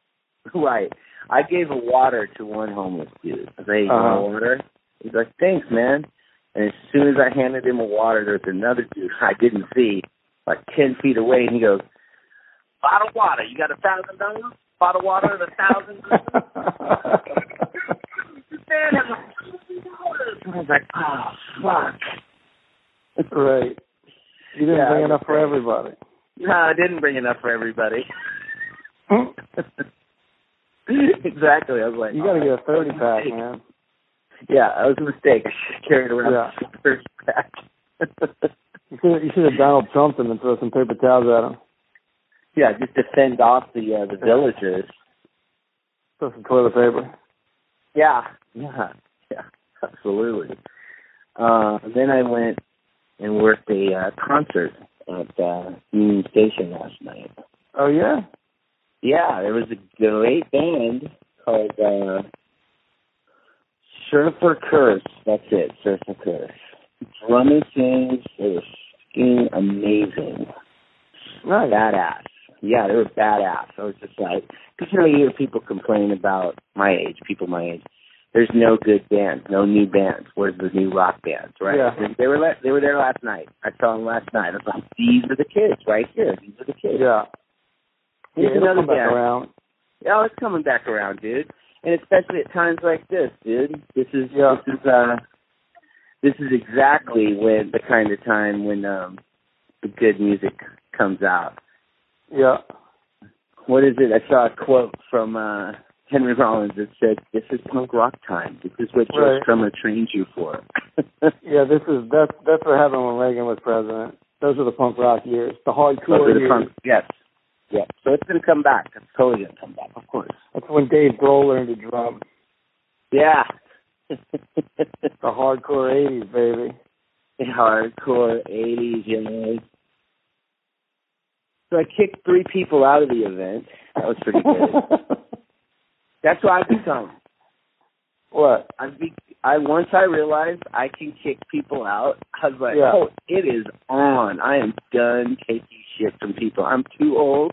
Speaker 5: right. I gave a water to one homeless dude. I was like, you
Speaker 3: Uh-huh.
Speaker 5: want water? He's like, thanks, man. And as soon as I handed him a water, there was another dude I didn't see, like 10 feet away, and he goes, bottle water. You got a thousand dollars? Bottle water and a thousand dollars? This man has a thousand dollars. And I was like, oh, fuck.
Speaker 6: Right. You didn't
Speaker 5: Yeah, I
Speaker 6: bring enough
Speaker 5: would
Speaker 6: for
Speaker 5: say.
Speaker 6: everybody.
Speaker 5: No, I didn't bring enough for everybody. exactly. I was like,
Speaker 6: You got to get a
Speaker 5: "Oh, that was
Speaker 6: 30 pack,
Speaker 5: mistake."
Speaker 6: man.
Speaker 5: Yeah, that was a mistake. I should have carried around
Speaker 6: Yeah.
Speaker 5: a 30 pack.
Speaker 6: You should, you should have Donald Trumped him and throw some paper towels at him.
Speaker 5: yeah, just to fend off the uh, the villagers.
Speaker 6: Throw some toilet paper.
Speaker 5: Yeah, yeah, yeah, absolutely. Uh, then I went and worked a uh, concert at uh, Union Station last night.
Speaker 6: Oh, yeah?
Speaker 5: Yeah, there was a great band called uh, Surfer Curse. That's it, Surfer Curse. Drum and sings. It was fucking amazing.
Speaker 6: Nice.
Speaker 5: Badass. Yeah, they were badass. I was just like, because you know, you hear people complain about my age, people my age. There's no good bands, no new bands. Where's the new rock bands, right?
Speaker 6: Yeah.
Speaker 5: They- They were la- they were there last night. I saw them last night. I was like, these are the kids right here. These are the kids.
Speaker 6: Yeah.
Speaker 5: Here's
Speaker 6: yeah, it'll
Speaker 5: another
Speaker 6: come back
Speaker 5: band.
Speaker 6: around.
Speaker 5: Oh, it's coming back around, dude. And especially at times like this, dude. This is
Speaker 6: Yeah.
Speaker 5: this is uh this is exactly when the kind of time when um the good music comes out.
Speaker 6: Yeah.
Speaker 5: What is it? I saw a quote from uh Henry Rollins that said, This is punk rock time. This is what George
Speaker 6: Right.
Speaker 5: Drummer trained you for.
Speaker 6: Yeah, this is, that's, that's what happened when Reagan was president. Those are the punk rock years. The hardcore
Speaker 5: Those are the
Speaker 6: years.
Speaker 5: punk- yes. Yeah. So it's gonna come back. It's totally gonna come back, of course.
Speaker 6: That's when Dave Grohl learned to drum.
Speaker 5: Yeah.
Speaker 6: The hardcore 80s, baby.
Speaker 5: hardcore eighties, you know. So I kicked three people out of the event. That was pretty good. That's what I've become.
Speaker 6: what?
Speaker 5: I've be- I once I realized I can kick people out, I was like,
Speaker 6: Yeah.
Speaker 5: Oh, it is on. I am done taking shit from people. I'm too old.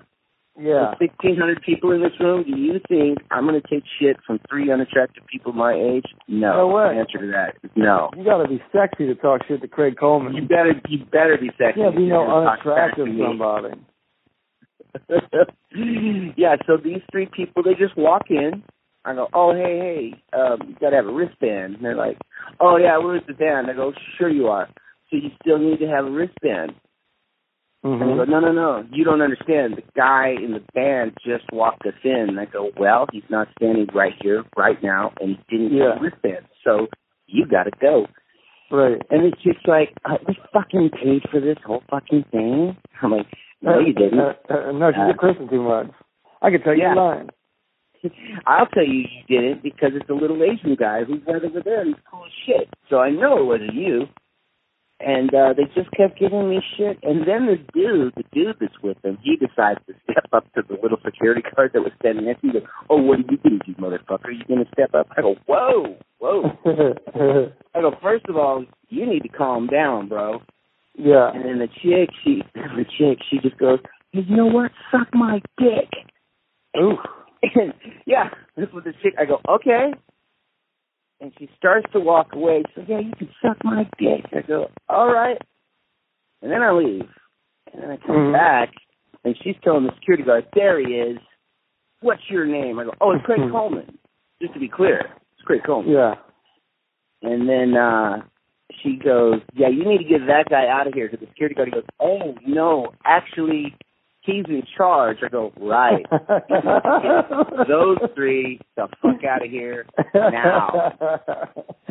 Speaker 6: Yeah.
Speaker 5: There's Sixteen hundred people in this room. Do you think I'm gonna take shit from three unattractive people my age? No.
Speaker 6: No way.
Speaker 5: The answer to that is no.
Speaker 6: You got to be sexy to talk shit to Craig Coleman.
Speaker 5: You better you better be sexy.
Speaker 6: Yeah, be
Speaker 5: if
Speaker 6: no
Speaker 5: you're gonna talk back
Speaker 6: unattractive
Speaker 5: to me.
Speaker 6: somebody.
Speaker 5: yeah, so these three people, they just walk in. I go, oh, hey, hey, um, you got to have a wristband. And they're like, oh, yeah, where's the band? I go, sure you are. So you still need to have a wristband. And they go,
Speaker 6: Mm-hmm.
Speaker 5: no, no, no, you don't understand. The guy in the band just walked us in. And I go, well, he's not standing right here, right now, and he didn't
Speaker 6: Yeah.
Speaker 5: have a wristband. So you got to go.
Speaker 6: Right.
Speaker 5: And it's just like, uh, we fucking paid for this whole fucking thing. I'm like, no, you didn't.
Speaker 6: Uh, uh, uh, no, she didn't listen too much. I could tell you're
Speaker 5: Yeah.
Speaker 6: lying.
Speaker 5: I'll tell you you did it because it's a little Asian guy who's right over there and he's cool as shit. So I know it wasn't you. And uh they just kept giving me shit. And then this dude, the dude that's with him, he decides to step up to the little security guard that was standing next to me. He goes, Oh, what are you gonna do, motherfucker? you gonna step up? I go, Whoa, whoa. I go, first of all, you need to calm down, bro.
Speaker 6: yeah.
Speaker 5: And then the chick, she the chick, she just goes, Hey, you know what? Suck my dick.
Speaker 6: Ooh.
Speaker 5: And yeah, this was the chick. I go, okay. And she starts to walk away. So yeah, you can suck my dick. I go, all right. And then I leave. And then I come
Speaker 6: Mhm.
Speaker 5: back, and she's telling the security guard, there he is. What's your name? I go, oh, it's Craig
Speaker 6: Mhm.
Speaker 5: Coleman. Just to be clear, it's Craig Coleman.
Speaker 6: Yeah.
Speaker 5: And then uh she goes, "Yeah, you need to get that guy out of here." Because the security guard he goes, "Oh no, actually, he's in charge." I go, "Right." Get Those three, the fuck out of here now.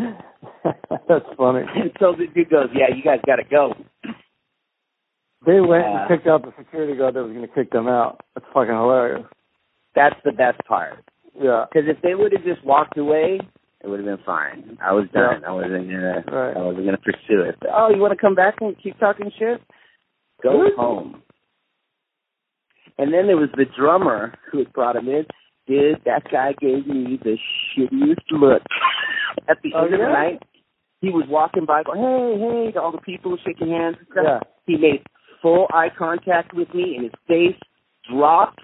Speaker 6: That's funny.
Speaker 5: And so the dude goes, "Yeah, you guys got to go."
Speaker 6: They went and
Speaker 5: Yeah.
Speaker 6: kicked out the security guard that was going to kick them out. That's fucking hilarious.
Speaker 5: That's the best part.
Speaker 6: Yeah.
Speaker 5: Because if they would have just walked away, it would have been fine. I was done. I wasn't gonna.
Speaker 6: Right.
Speaker 5: I wasn't gonna pursue it. oh, you want to come back and keep talking shit? Go
Speaker 6: Really?
Speaker 5: home. And then there was the drummer who had brought him in. Dude, that guy gave me the shittiest look. At the
Speaker 6: Oh,
Speaker 5: end of the
Speaker 6: yeah?
Speaker 5: night, he was walking by, going, "Hey, hey!" to all the people shaking hands and stuff.
Speaker 6: Yeah.
Speaker 5: He made full eye contact with me, and his face dropped,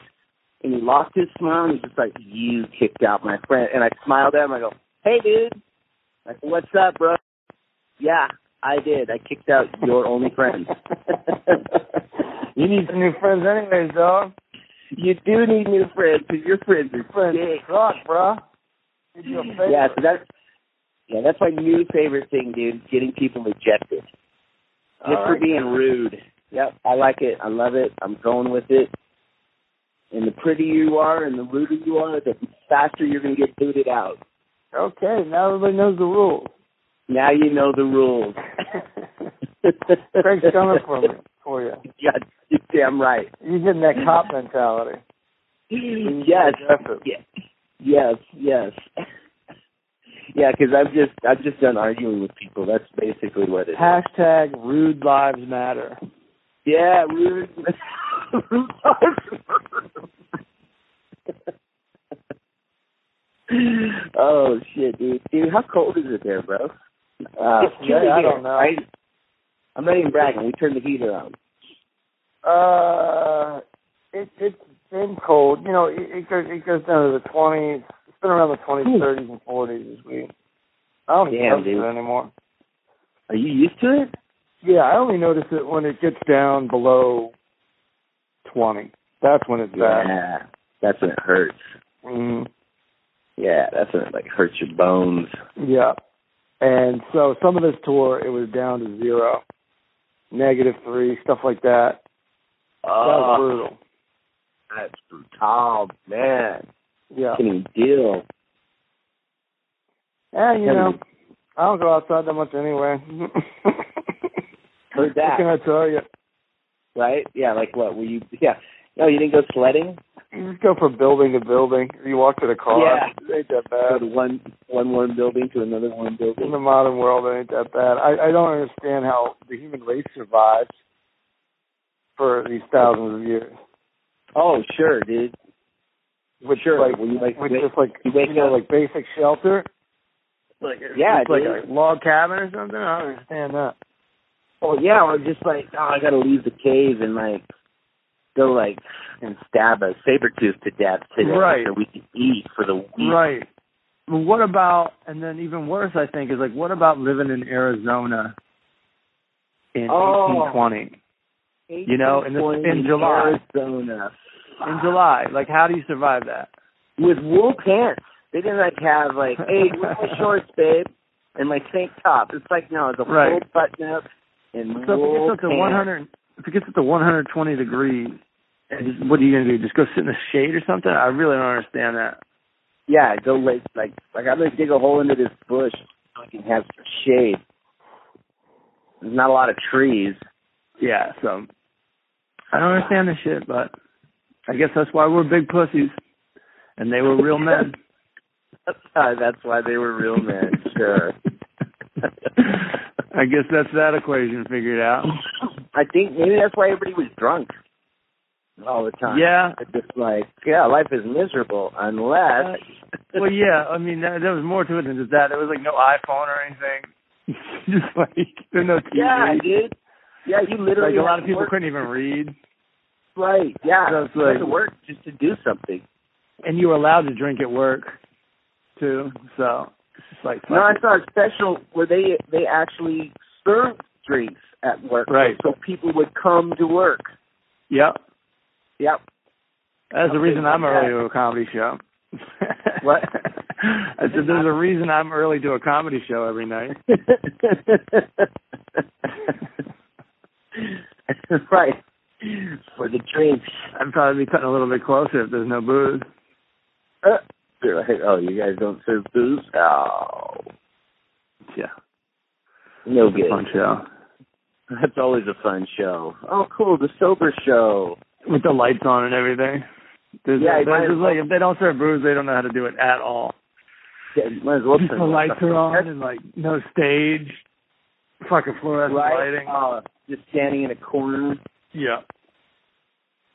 Speaker 5: and he lost his smile. And he's just like, "You kicked out my friend." And I smiled at him. I go, "Hey, dude, like, what's up, bro?" Yeah, I did. I kicked out your only friend.
Speaker 6: you need some new friends anyways, dog.
Speaker 5: you do need new friends because your friends are
Speaker 6: Friends
Speaker 5: dick.
Speaker 6: suck, bruh. Did you a favor.
Speaker 5: Yeah, so that's yeah, that's my new favorite thing, dude. Getting people rejected. Just
Speaker 7: All
Speaker 5: for
Speaker 7: right.
Speaker 5: being rude. Yep, I like it. I love it. I'm going with it. And the prettier you are and the ruder you are, the faster you're going to get booted out.
Speaker 3: Okay, now everybody knows the rules.
Speaker 5: Now you know the rules.
Speaker 3: Craig's coming for me, for you.
Speaker 5: Yeah, you're damn right.
Speaker 3: You're getting that cop mentality.
Speaker 5: yes.
Speaker 3: aggressive.
Speaker 5: Ye- Yes. Yes. yeah, because I've just I've just done arguing with people. That's basically what it is.
Speaker 3: Hashtag rude lives matter.
Speaker 5: Yeah, rude. rude oh shit, dude. Dude, how cold is it there, bro?
Speaker 3: Uh,
Speaker 5: It's chilly
Speaker 3: yeah, I
Speaker 5: here.
Speaker 3: don't know.
Speaker 5: I, I'm not even bragging. We turned the heater on.
Speaker 3: Uh, it, it's been cold. You know, it, it goes it goes down to the twenties. It's been around the twenties, thirties, and forties this week. I don't
Speaker 5: Damn,
Speaker 3: notice
Speaker 5: dude.
Speaker 3: it anymore.
Speaker 5: Are you used to it?
Speaker 3: Yeah, I only notice it when it gets down below twenty. That's when it's bad.
Speaker 5: Yeah. That's when it hurts.
Speaker 3: Mm,
Speaker 5: Yeah, that's when it like hurts your bones.
Speaker 3: yeah. And so some of this tour, it was down to zero, negative three, stuff like that. That was
Speaker 5: Oh,
Speaker 3: brutal.
Speaker 5: that's brutal, man.
Speaker 3: Yeah.
Speaker 5: Can even deal?
Speaker 3: And you
Speaker 5: Can
Speaker 3: know,
Speaker 5: you-
Speaker 3: I don't go outside that much anyway.
Speaker 5: Heard
Speaker 3: What can
Speaker 5: that,
Speaker 3: I tell you?
Speaker 5: right? Yeah, like what? Were you? Yeah. No, you didn't go sledding.
Speaker 3: You just go from building to building. You walk to the car.
Speaker 5: Yeah.
Speaker 3: It ain't that
Speaker 5: Go
Speaker 3: bad.
Speaker 5: to one one one building to another one
Speaker 3: In
Speaker 5: building.
Speaker 3: the modern world, it ain't that bad. I, I don't understand how the human race survives for these thousands of years.
Speaker 5: Oh, sure, dude.
Speaker 3: Which
Speaker 5: Sure.
Speaker 3: Mm-hmm. like,
Speaker 5: Well, you like
Speaker 3: with
Speaker 5: wait-
Speaker 3: just like
Speaker 5: you wake
Speaker 3: you know,
Speaker 5: up-
Speaker 3: like basic shelter. Like
Speaker 5: Yeah,
Speaker 3: just like
Speaker 5: dude.
Speaker 3: a log cabin or something. I don't understand that.
Speaker 5: Oh yeah, or just like oh, I gotta leave the cave and like go like and stab a saber tooth to death today
Speaker 3: Right.
Speaker 5: so we can eat for the week.
Speaker 3: Right. Well, what about, and then even worse, I think, is like, what about living in Arizona in
Speaker 5: Oh.
Speaker 3: 1820? You know, in this- in July.
Speaker 5: Arizona.
Speaker 3: In July? Like, how do you survive that?
Speaker 5: with wool pants. They didn't like have like, hey, where's my shorts, babe? And my tank top. It's like no, it's a full
Speaker 3: Right.
Speaker 5: button up and
Speaker 3: So if it
Speaker 5: wool
Speaker 3: gets up to
Speaker 5: pants.
Speaker 3: 100, if it gets up to 120 degrees, and just, what are you going to do? Just go sit in the shade or something? I really don't understand that.
Speaker 5: Yeah, go like like like I'm gonna dig a hole into this bush so I can have some shade. There's not a lot of trees.
Speaker 3: Yeah, so I don't understand this shit, but I guess that's why we're big pussies, and they were real men.
Speaker 5: That's why, that's why they were real men. sure.
Speaker 3: I guess that's that equation figured out.
Speaker 5: I think maybe that's why everybody was drunk all the time.
Speaker 3: Yeah.
Speaker 5: It's just like yeah, life is miserable
Speaker 3: Uh,
Speaker 5: unless.
Speaker 3: Well, yeah. I mean, that, there was more to it than just that. There was like no iPhone or anything. just like there no TV.
Speaker 5: Yeah, dude. Yeah, you
Speaker 3: like
Speaker 5: literally
Speaker 3: a lot
Speaker 5: had
Speaker 3: of
Speaker 5: to
Speaker 3: people
Speaker 5: work-
Speaker 3: couldn't even read,
Speaker 5: Right. Yeah.
Speaker 3: So it's
Speaker 5: you had to
Speaker 3: like-
Speaker 5: work just to do something.
Speaker 3: and you were allowed to drink at work, too. So it's just like
Speaker 5: No, I saw a special where they they actually served drinks at work,
Speaker 3: Right.
Speaker 5: So people would come to work.
Speaker 3: yep.
Speaker 5: Yep.
Speaker 3: That's the
Speaker 5: Something
Speaker 3: reason I'm
Speaker 5: like
Speaker 3: early
Speaker 5: that.
Speaker 3: to a comedy show.
Speaker 5: What?
Speaker 3: I said there's a reason I'm early to a comedy show every night.
Speaker 5: right. For the drinks.
Speaker 3: I'd probably be cutting a little bit closer if there's no booze.
Speaker 5: Uh, they're like, oh, you guys don't serve booze? Oh,
Speaker 3: Yeah,
Speaker 5: no
Speaker 3: it's a
Speaker 5: good.
Speaker 3: fun show
Speaker 5: That's always a fun show. Oh, cool, the sober show.
Speaker 3: with the lights on and everything. There's,
Speaker 5: Yeah, you might
Speaker 3: there's
Speaker 5: as
Speaker 3: just like if they don't serve booze, they don't know how to do it at all.
Speaker 5: Yeah, you might as well
Speaker 3: Just
Speaker 5: turn
Speaker 3: the
Speaker 5: it
Speaker 3: lights
Speaker 5: up.
Speaker 3: are on and like no stage, fucking fluorescent
Speaker 5: right?
Speaker 3: lighting.
Speaker 5: Uh, just standing in a corner.
Speaker 3: Yeah.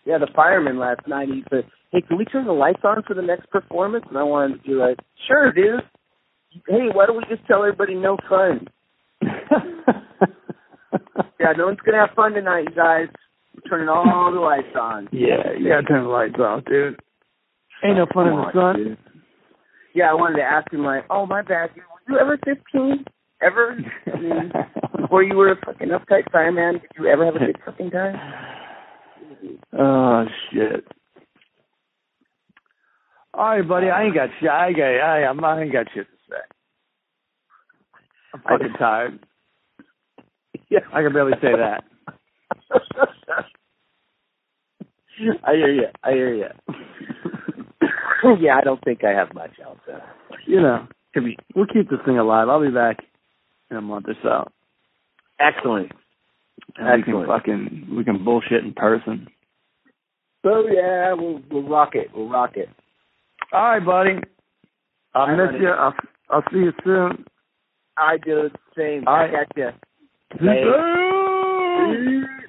Speaker 5: Yeah, the fireman last night he said, "Hey, can we turn the lights on for the next performance?" And I wanted to be like, "Sure, dude. Hey, why don't we just tell everybody no fun? Yeah, no one's gonna have fun tonight, you guys. We're turning all the lights on.
Speaker 3: yeah, you gotta turn the lights off, dude. Ain't no fun in the
Speaker 5: Come
Speaker 3: sun.
Speaker 5: on, dude. Yeah, I wanted to ask him like, "Oh, my bad. dude. Were you ever 15? Ever? I mean, before you were a fucking uptight fireman, did you ever have a good fucking time?"
Speaker 3: Oh shit. All right, buddy. I ain't got shit. I ain't got. I, I'm- I ain't got shit to say. I'm fucking tired.
Speaker 5: yeah.
Speaker 3: I can barely say that.
Speaker 5: I hear you. I hear you. yeah, I don't think I have much else. Uh,
Speaker 3: You know, could be- we'll keep this thing alive. I'll be back in a month or so.
Speaker 5: excellent.
Speaker 3: And we can
Speaker 5: Excellent.
Speaker 3: fucking we can bullshit in person.
Speaker 5: So yeah, we'll we'll rock it. We'll rock it.
Speaker 3: All right, buddy. I
Speaker 5: All right,
Speaker 3: miss
Speaker 5: buddy.
Speaker 3: you. I'll, I'll see you soon.
Speaker 5: I do the same.
Speaker 3: All
Speaker 5: I
Speaker 3: right.
Speaker 5: got you.
Speaker 3: Bye.